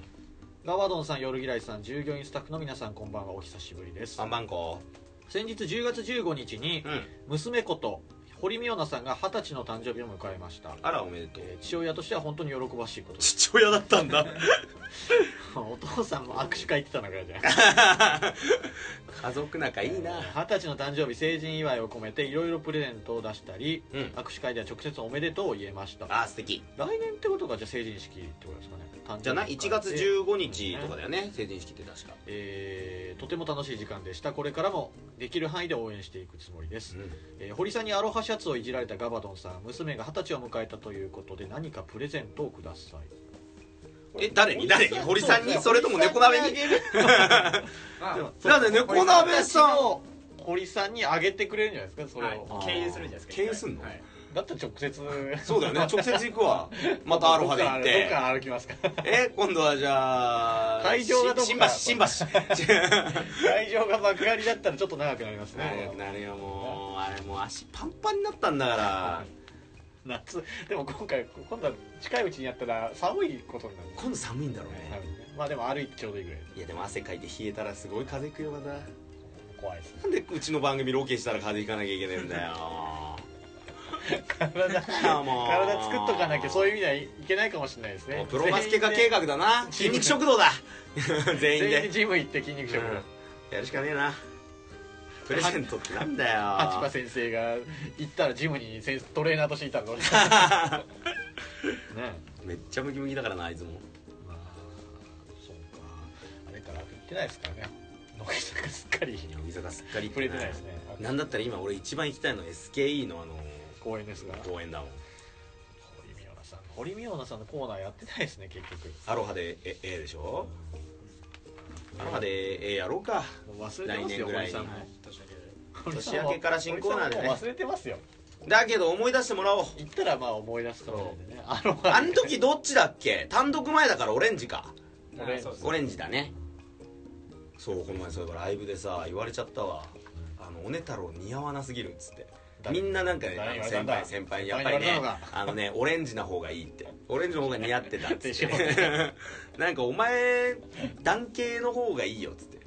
C: ガワドンさん夜嫌いさん従業員スタッフの皆さんこんばんはお久しぶりです
B: 3番こ
C: 先日10月15日に
B: うん
C: 娘こと堀美央奈さんが二十歳の誕生日を迎えました
B: あらおめでとう
C: えー父親としては本当に喜ばしいことです
B: 父親だったんだ
C: お父さんも握手会行ってたんだからじゃん
B: 家族仲いいな
C: 二十歳の誕生日成人祝いを込めていろいろプレゼントを出したり、
B: うん
C: 握手会では直接おめでとうを言えました
B: あー素敵
C: 来年ってことがじゃあ成人式ってことですかね誕生日
B: じゃない1月15日とかだ
C: よ、
B: よね成人式って確か
C: えーとても楽しい時間でしたこれからもできる範囲で応援していくつもりです、
B: うん
C: えー堀さんにアロハシャツをいじられたガバドンさん娘が二十歳を迎えたということで何かプレゼントをください
B: え誰に誰に堀さんにそれとも猫鍋に
K: まあ
C: でも
B: なんで 猫鍋さん
C: を堀さんにあげてくれるんじゃないですかそれを、
K: はい経由するんじゃないですか
B: 経由すんの
K: はい
C: だったら直接
B: そう だよね直接行くわ またアロハで行っ
C: どってから歩 きますか
B: え今度はじゃあ
C: 会場がどこ
B: し
C: か
B: 新橋新 橋
C: 会場が幕張だったらちょっと長くなります
B: 長
C: ね
B: くなるよもうあれもう足パンパンになったんだから
C: 夏でも今回今度は近いうちにやったら寒いことになる
B: 今度寒いんだろう
C: 多
B: ね
C: 分ねまあでも歩いてちょうどいいぐらい
B: いやでも汗かいて冷えたらすごい風邪ひくよまた
C: 怖いです
B: なんでうちの番組ロケしたら風邪ひかなきゃいけないんだ よ
C: 体
B: もう
C: 体作っとかなきゃそういう意味ではいけないかもしれないです
B: もう
C: ね
B: プロバスケ化計
C: 全員で
B: 画だな筋肉食堂だ 全員
C: 全員で
B: で
C: ジム行って筋肉食
B: うんやるしかねえなプレゼントってなんだよ
C: 八葉先生が行ったらジムに先生トレーナーとしていたら どうですかね
B: めっちゃムキムキだからなあいつも
C: まあそうかあれから行ってないですからね乃木坂すっかり
B: 乃木坂すっかり行っ
C: 触れてないですね
B: なんだったら今俺一番行きたいの SKE のあの
C: 公園ですから
B: 公園だもん
C: 堀美央奈さん堀美央奈さんのコーナーやってないですね結局
B: アロハでえ A でしょアロハで A やろうか
C: もう忘れてます
B: 来
C: よ
B: 年ぐらい
C: 堀
B: に
C: さんも
K: 年明けで
C: 堀さんも
B: 年明けから新コーナーでね
C: 堀さんも忘れてますよ
B: だけど思い出してもらおう
C: 行ったらまあ思い出すと思うんでねあの
B: あん時どっちだっけ単独前だからオレンジか
K: あ
C: 俺
K: そうです
B: オレンジだねそうこの前そういえばライブでさ言われちゃったわあのおね太郎似合わなすぎるっつってみんななんかね
C: 誰
B: あの
C: 誰
B: 先
C: に言わ
B: 輩先輩
C: れたんだ
B: にやっぱり
C: 先輩
B: ね
C: に言われたの
B: あのねオレンジな方がいいってオレンジの方が似合ってたっつっ
C: でしょう
B: て なんかお前男系の方がいいよっつって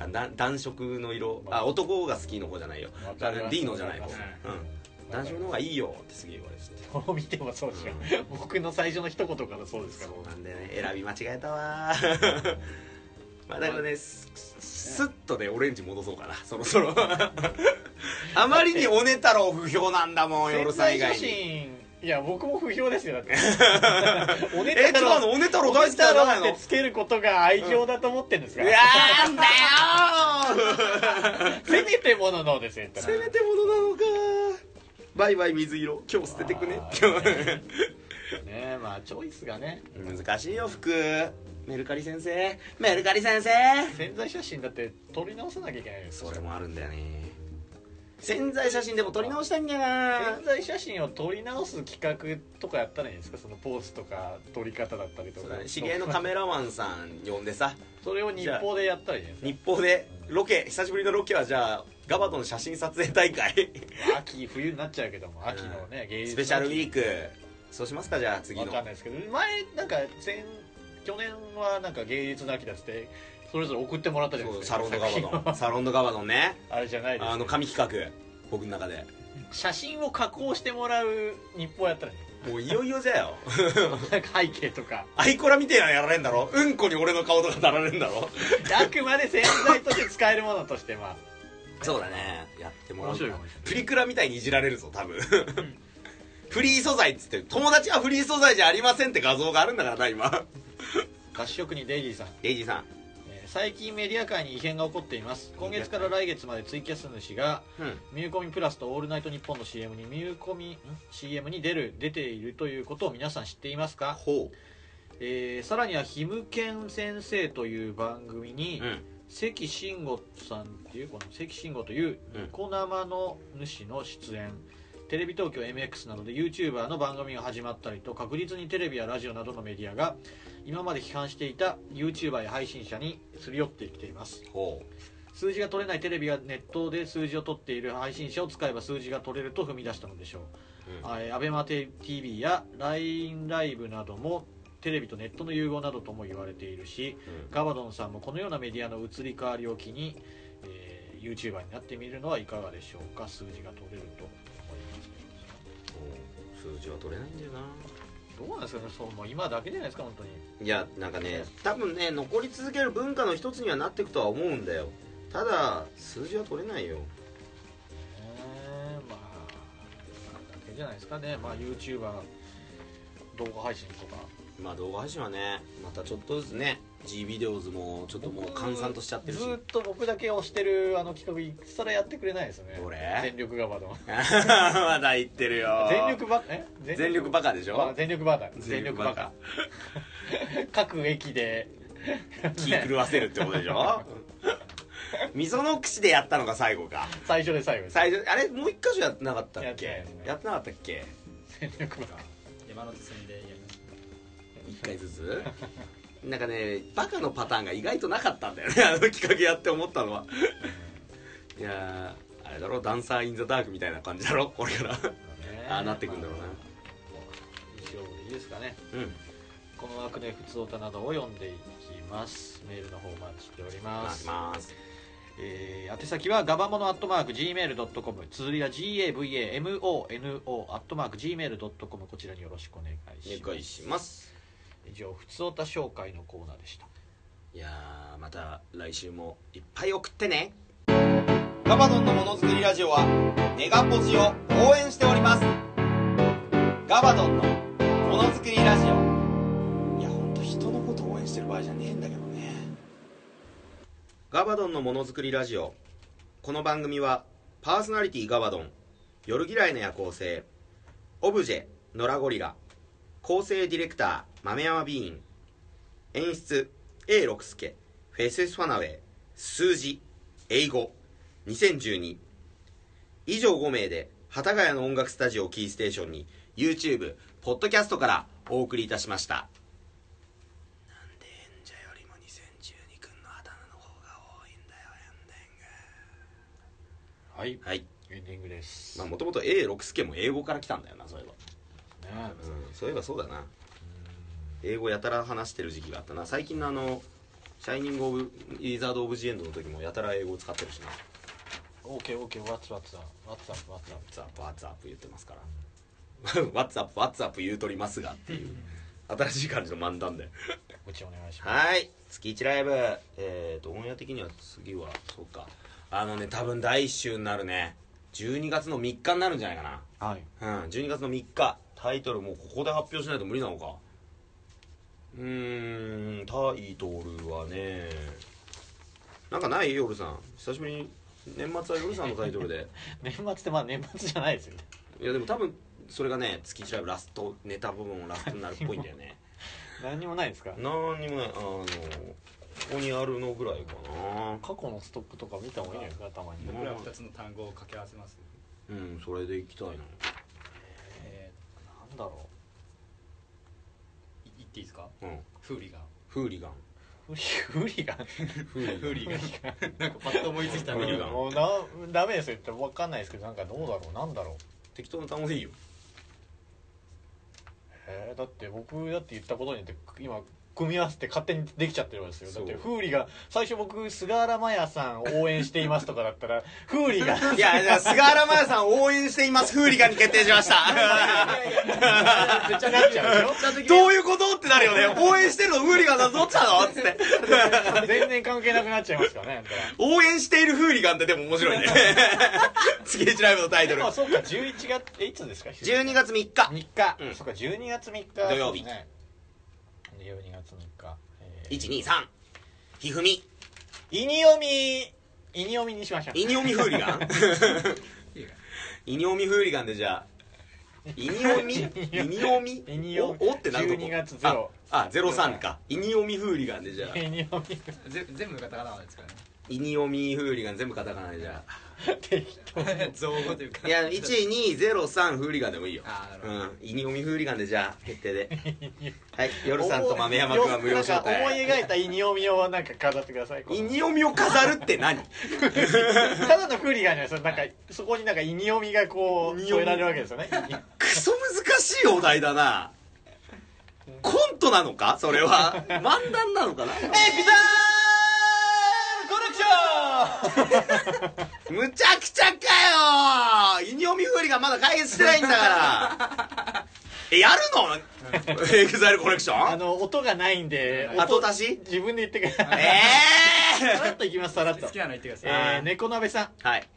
B: あな男色の色あ男が好きの方じゃないよ
C: わかります
B: D のじゃない
C: わ
B: 方、う
C: かり
B: ん、男色の方がいいよってすげえ言われてて
C: どう見てもそうですよ、僕の最初の一言からそうですから
B: そうなんだよね選び間違えたわー まあだからねすすっとねオレンジ戻そうかなそろそ ろあまりにおね太郎不評なんだもん夜さん以
C: 写
B: 外に
C: 真いや僕も不評ですよ だってお
B: え違うのおね太郎大好きじゃないの
C: おね太郎ってつけることが愛情だと思ってるんですか
B: いやーんだよー
C: せめてもののですよ
B: せめてものなのかバイバイ水色今日捨ててくね
C: ねまあチョイスがね
B: 難しいよ服メルカリ先生メルカリ先生
C: 潜在写真だって撮り直さなきゃいけないです
B: それもあるんだよね潜在写真でも撮り直したいんだよな
C: 潜在写真を撮り直す企画とかやったらいいんですかそのポーズとか撮り方だったりと
B: そう
C: か
B: だね知り合いのカメラマンさん呼んでさ
C: それを日報でやったらいいんですか
B: 日報でロケ久しぶりのロケはじゃあガバドの写真撮影大会
C: 秋冬になっちゃうけども秋のね芸術の秋
B: スペシャルウィークそうしますかじゃあ次
C: わ
B: の
C: かんないですけど前なんか前去年はなんか芸術の秋だっつってそれぞれ送ってもらったじゃない
B: そう
C: です
B: サ
C: か
B: ロンドガバドン
C: 作
B: サロンドガバドンね
C: 品をあれじゃないです
B: あの神企画僕の中で
C: 写真を加工してもらう日報やったらいい
B: もういよいよじゃよ
C: なんか背景とか
B: アイコラみてえなのやられんだろうんこに俺の顔とかたられんだろ
C: あくまで潜在として使えるものとしてまあ
B: そうだねやってもらう
C: 面白いかもし
B: プリクラみたいにいじられるぞ多分 フリー素材っつって友達はフリー素材じゃありませんって画像があるんだからな今
C: 合色にデイジーさん、
B: エイジさん
C: えー最近メディア界に異変が起こっています今月から来月までツイキャス主が
B: うん
C: ミューコミプラスとオールナイトニッポンの CM にミューコミん CM に出る出ているということを皆さん知っていますか、
B: ほ
C: えーさらには「ひむけん先生」という番組に、
B: ううん
C: 関慎吾さんっていうこの関慎吾という
B: うん
C: ニコ生の主の出演、テレビ東京 MX などで YouTuber の番組が始まったりと確実にテレビやラジオなどのメディアが今まで批判していた YouTuber や配信者にすり寄ってきています
B: ほう
C: 数字が取れないテレビやネットで数字を取っている配信者を使えば数字が取れると踏み出したのでしょう
B: うん
C: あえーアベマテ TV や LINE ライブなどもテレビとネットの融合などとも言われているし、
B: うん
C: ガバドンさんもこのようなメディアの移り変わりを機に、えー、YouTuber になってみるのはいかがでしょうか数字が取れると
B: ほう数字は取れないんだよな
C: どうなんですかねそうもう今だけじゃないですか本当に
B: いやなんかね多分ね残り続ける文化の一つにはなっていくとは思うんだよただ数字は取れないよ
C: えーまあ今だけじゃないですかねまあ YouTuber 動画配信とか
B: まあ動画配信はねまたちょっとずつね G ビデオズもちょっともう閑散としちゃってるし
C: ずーっと僕だけ押してるあの企画いつらやってくれないですよね
B: どれ
C: 全力ガバドン
B: まだ言ってるよ
C: 全力バカえ
B: 全力バカでしょ
C: バ全力バカ
B: 全
C: 全
B: 力
C: 力
B: バ
C: バ
B: カ
C: カ各駅で
B: 気狂わせるってことでしょみその口でやったのが最後か
C: 最初で最後です
B: 最初あれもう一箇所やってなかったっけ
C: やってないですね
B: やってなかったっけ
C: 全力バカ
K: 山手線でやります
B: 一回ずつなんかねバカのパターンが意外となかったんだよねあ の企画やって思ったのはいやーあれだろダンサー・イン・ザ・ダークみたいな感じだろこれからああなってくんだろうな
C: まあ以上でいいですかね
B: うん
C: この枠で普通歌などを読んでいきますメールの方お待ちしておりま
B: 待
C: す
B: ちます
C: えー宛先はガバモノアットマーク Gmail.com 綴りは GAVAMONO アットマーク Gmail.com こちらによろしくお願いし
B: お
C: ま
B: 願
C: す
B: いします
C: 以上普通歌紹介のコーナーでした
B: いやーまた来週もいっぱい送ってねガバドンのものづくりラジオはネガポジを応援しておりますガバドンのものづくりラジオいや本当人のこと応援してる場合じゃねえんだけどねガバドンのものづくりラジオこの番組はパーソナリティガバドン夜嫌いの夜行性オブジェノラゴリラ構成ディレクター豆山ビーン演出 A 六輔フェスファナウェイ数字英語2012以上5名で幡ヶ谷の音楽スタジオをキーステーションに YouTube ポッドキャストからお送りいたしましたなんで演者よりも2012君のあだ名の方が多いんだよ
C: はい
B: はい
C: エンディングです、
B: まあもともと A 六輔も英語から来たんだよなそういえば、
C: ね
B: うん、そういえばそうだな英語やたら話してる時期があったな最近のあの「シャイニング・オブ・イザード・オブ・ジ・エンド」の時もやたら英語を使ってるしな
C: OKOK What's What's Up What's Up What's
B: 「
C: Up
B: ザ・ワッツアップ」言ってますから 「ワッツアップワッツアップ」言うとりますがっていう新しい感じの漫談で
C: ごちお願いします
B: はい月1ライブえーとオンエア的には次はそうかあのね多分第1週になるね12月の3日になるんじゃないかな
C: はい
B: うん12月の3日タイトルもうここで発表しないと無理なのかうーんタイトルはねなんかない夜さん久しぶりに年末は夜さんのタイトル で
C: 年末ってまあ年末じゃないですよね
B: いやでも多分それがね月調べラストネタ部分もラストになるっぽいんだよね
C: 何にもないですか
B: 何にもないあのここにあるのぐらいかな
C: 過去のストックとか見た方がいいんじゃないですかたまに
K: 僕ら2つの単語を掛け合わせます
B: うんそれでいきたいな
C: えー、なんだろ
K: い言っていいですか
B: うん
K: フーリガン
B: フーリガン
C: うフリフリが
B: フーリガ
K: フー
B: ン
K: リガンなんかパッと思いついた
B: フ
K: の
B: ーリ
K: に
B: ガン
C: もうなダメですよ言って分かんないですけどなんかどうだろうなんだろう
B: 適当な単語でいいよ
C: えーだって僕だって言ったことによって今組み合わせて勝手にできちゃってるわけですよだってフーリが最初僕菅原麻也さんを応援しています とかだったらフーリが
B: いやじゃあ菅原麻也さん応援していますフーリガンに決定しました
C: めっちゃなっちゃうでしょ
B: どういうことってなるよね応援してるのフーリガンだどっちなのっつって
C: 全然関係なくなっちゃいますから ねだから
B: 応援しているフーリガンってでも面白いね月一ライブのタイトル
C: あそうか11月えいつですか
B: 12月3日
C: 3日、
B: うん
C: そっか12月3日
B: 土曜日
C: そうですね12月3日、えー、
B: 123ひふみ
C: イニオミイニオミにしましょう
B: イニオミフーリガンイニオミフーリガンでじゃあイニオミイニオミ
C: イニオミ
B: おおってなるとこ
C: 12月ゼロ
B: ああ03かイニオミフーリガンでじゃあ
C: イニオミ
K: ぜ全部カタカナなんですからね
B: イニオミフーリガン全部カタカナでじゃあ
C: 適当
K: 造語というか
B: いや1203フーリガンでもいいよ
K: あーなる
B: う
K: ほど
B: んイニオミフーリガンでじゃあ決定 ではい夜さんと豆山君は無料招
C: なんか思い
B: 待
C: 描いたイニオミをなんか飾ってください
B: イニオミを飾るって何
C: ただのフーリガンじゃないですよなんかそこになんかイニオミがこう添えられるわけですよね
B: クソ難しいお題だなコントなのかそれは漫談なのかなエピソードコネクションむちゃくちゃかよイニオミフーリがまだ解決してないんだからえやるのエグザイルコネクシ
C: あ
B: ョン
C: の音がないんで
B: 後足し
C: 自分で言ってくだ
B: え
C: さいさらっといきますさらっと
K: 好きなの言ってください
C: えー猫鍋さん
B: ー、はい、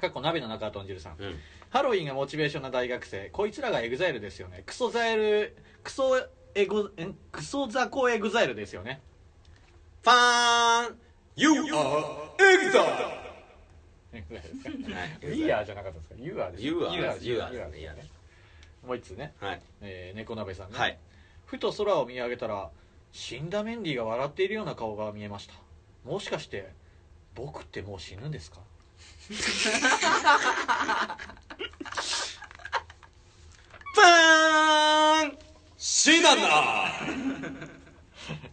C: 過去鍋の中豚汁さん
B: うん、
C: ハロウィンがモチベーションな大学生こいつらがエグザイルですよねクソザイルクソエゴんクソザコエグザイルですよね
B: ファーン You are EXILE
C: ウィーアーじゃなかったですかユーアーです
B: You are You are
C: もう一つね、
B: はい
C: えー猫鍋さんね、
B: はい
C: ふと空を見上げたら死んだメンディーが笑っているような顔が見えましたもしかして僕ってもう死ぬんですか
B: ファーン死なない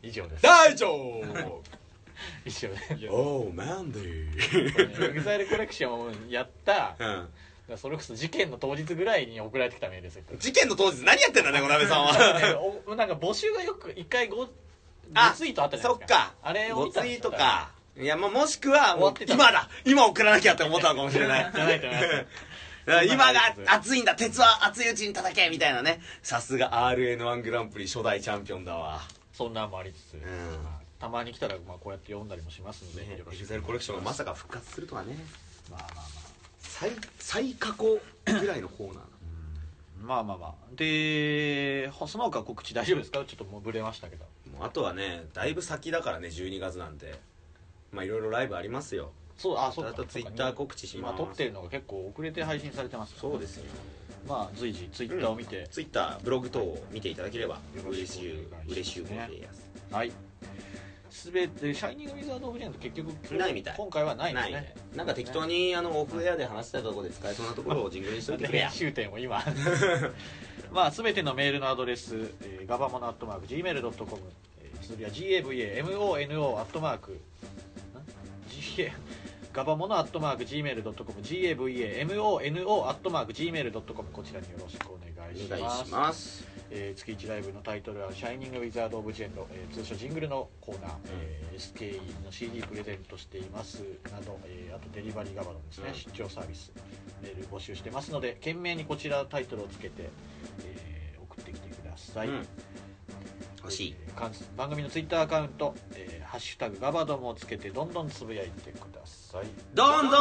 C: 以上です
B: 大丈夫
C: 以上です
B: おーマンデ
C: これ
B: ィ
C: ねエグザイルコレクションをやっただか
B: うん
C: らそれこそ事件の当日ぐらいに送られてきたメール ですよ
B: 事件の当日何やってんだね小鍋さんは
C: おなんか募集がよく一回ご
B: あ
C: ツイートあったじゃ な
B: そ
C: い
B: っ
C: ですか
B: か
C: あれを
B: ご
C: 見たん
B: ツイ
C: です
B: ー
C: よ
B: トかいやもうもしくは
C: 終わ
B: も
C: っ
B: う
C: てた
B: 今だ今送らなきゃって思ったのかもしれ ない
C: じゃないと思います
B: だから今が熱いんだ鉄は熱いうちに叩けみたいなねさすが RN1 グランプリ初代チャンピオンだわ
C: そんなんもありつつ、
B: ん
C: まあたまに来たらまあこうやって読んだりもしますので、
B: エ
C: よろし
B: グ
C: く
B: ザイルコレクションがまさか復活するとはね
C: まあまあまあ
B: 最最過去ぐらいのコーナー
C: まあまあまあでその他告知大丈夫ですかちょっともうぶれましたけど
B: もうあとはねだいぶ先だからね12月なんてまあいろいろライブありますよ
C: そうあそうか
B: あと
C: そうか
B: Twitter 告知します
C: 今撮ってるのが結構遅れて配信されてますから
B: そうですよ
C: まあ随時ツイッターを見て、
B: ツイッターブログ等を見ていただければ嬉しい嬉しいものでやす
C: はいすべてシャイニングウィザード・オブ・ジェント結局
B: ないみたい
C: 今回はないんで
B: な
C: す
B: いね
C: ね
B: なんか適当にあのオフエアで話したところで使えそうなところをジングルにしといてくれや
C: 編集点 を今まあ全てのメールのアドレス、えー、ガバモノアットマーク Gmail.com えーそれは GAVAMONO アットマークん GA ガバモノアットマーク Gmail.com GAVAMONO アットマーク Gmail.com こちらによろしくお願いし
B: お願い
C: ます
B: します
C: えー月1ライブのタイトルは「シャイニング・ウィザード・オブ・ジェンド」えー通称ジングルのコーナー、えー SKE の CD プレゼントしていますなど、えーあとデリバリーガバドンですね、
B: うん
C: 出張サービスメール募集してますので懸命にこちらタイトルをつけて、えー送ってきてください、
B: うん欲しい
C: えーかん番組のツイッターアカウント「えーハッシュタグガバドン」をつけてどんどんつぶやいてください
B: どんどん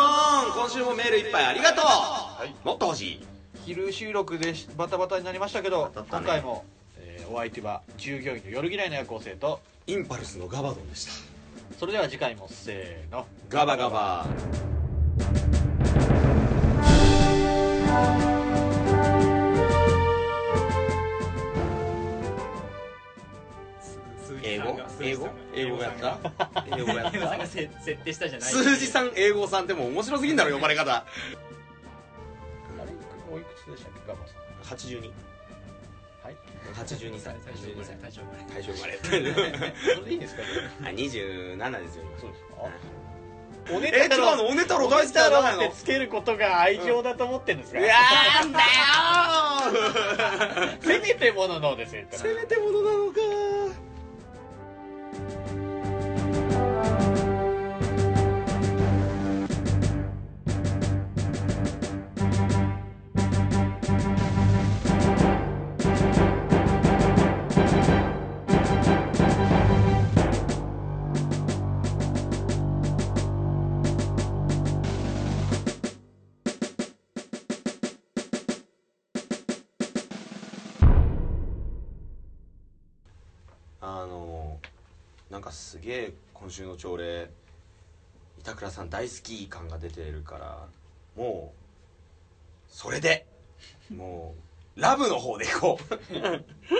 B: 今週もメールいっぱいありがとうもっと欲しい
C: 昼収録でしバタバタになりましたけど、今回も、えーお相手は従業員の夜嫌いの夜行性とインパルスのガバドンでしたそれでは次回もせーの
B: ガバガバ英語英語英語や った英語やっ
K: 英語さん
B: た
K: がせ設定したじゃない
B: 数字さん英語さんってもう面白すぎんだろ呼ばれ方
C: おいくつでしたっけガバさん
B: 82
C: はい
B: 82歳
K: 最初
B: 82歳
K: 最初
B: 大正生まれ
C: それでいいんですかね
B: あ27ですよ今
C: そうです
B: おねたろうえ違うのおねたろう大好きだよ
C: おねたろうってつけることが愛情だと思ってるんですか、
B: いやーなんだ よー
C: せめてもののですよ
B: せめてものなのかあのなんかすげえ今週の朝礼板倉さん大好き感が出てるからもうそれでもうラブの方でいこう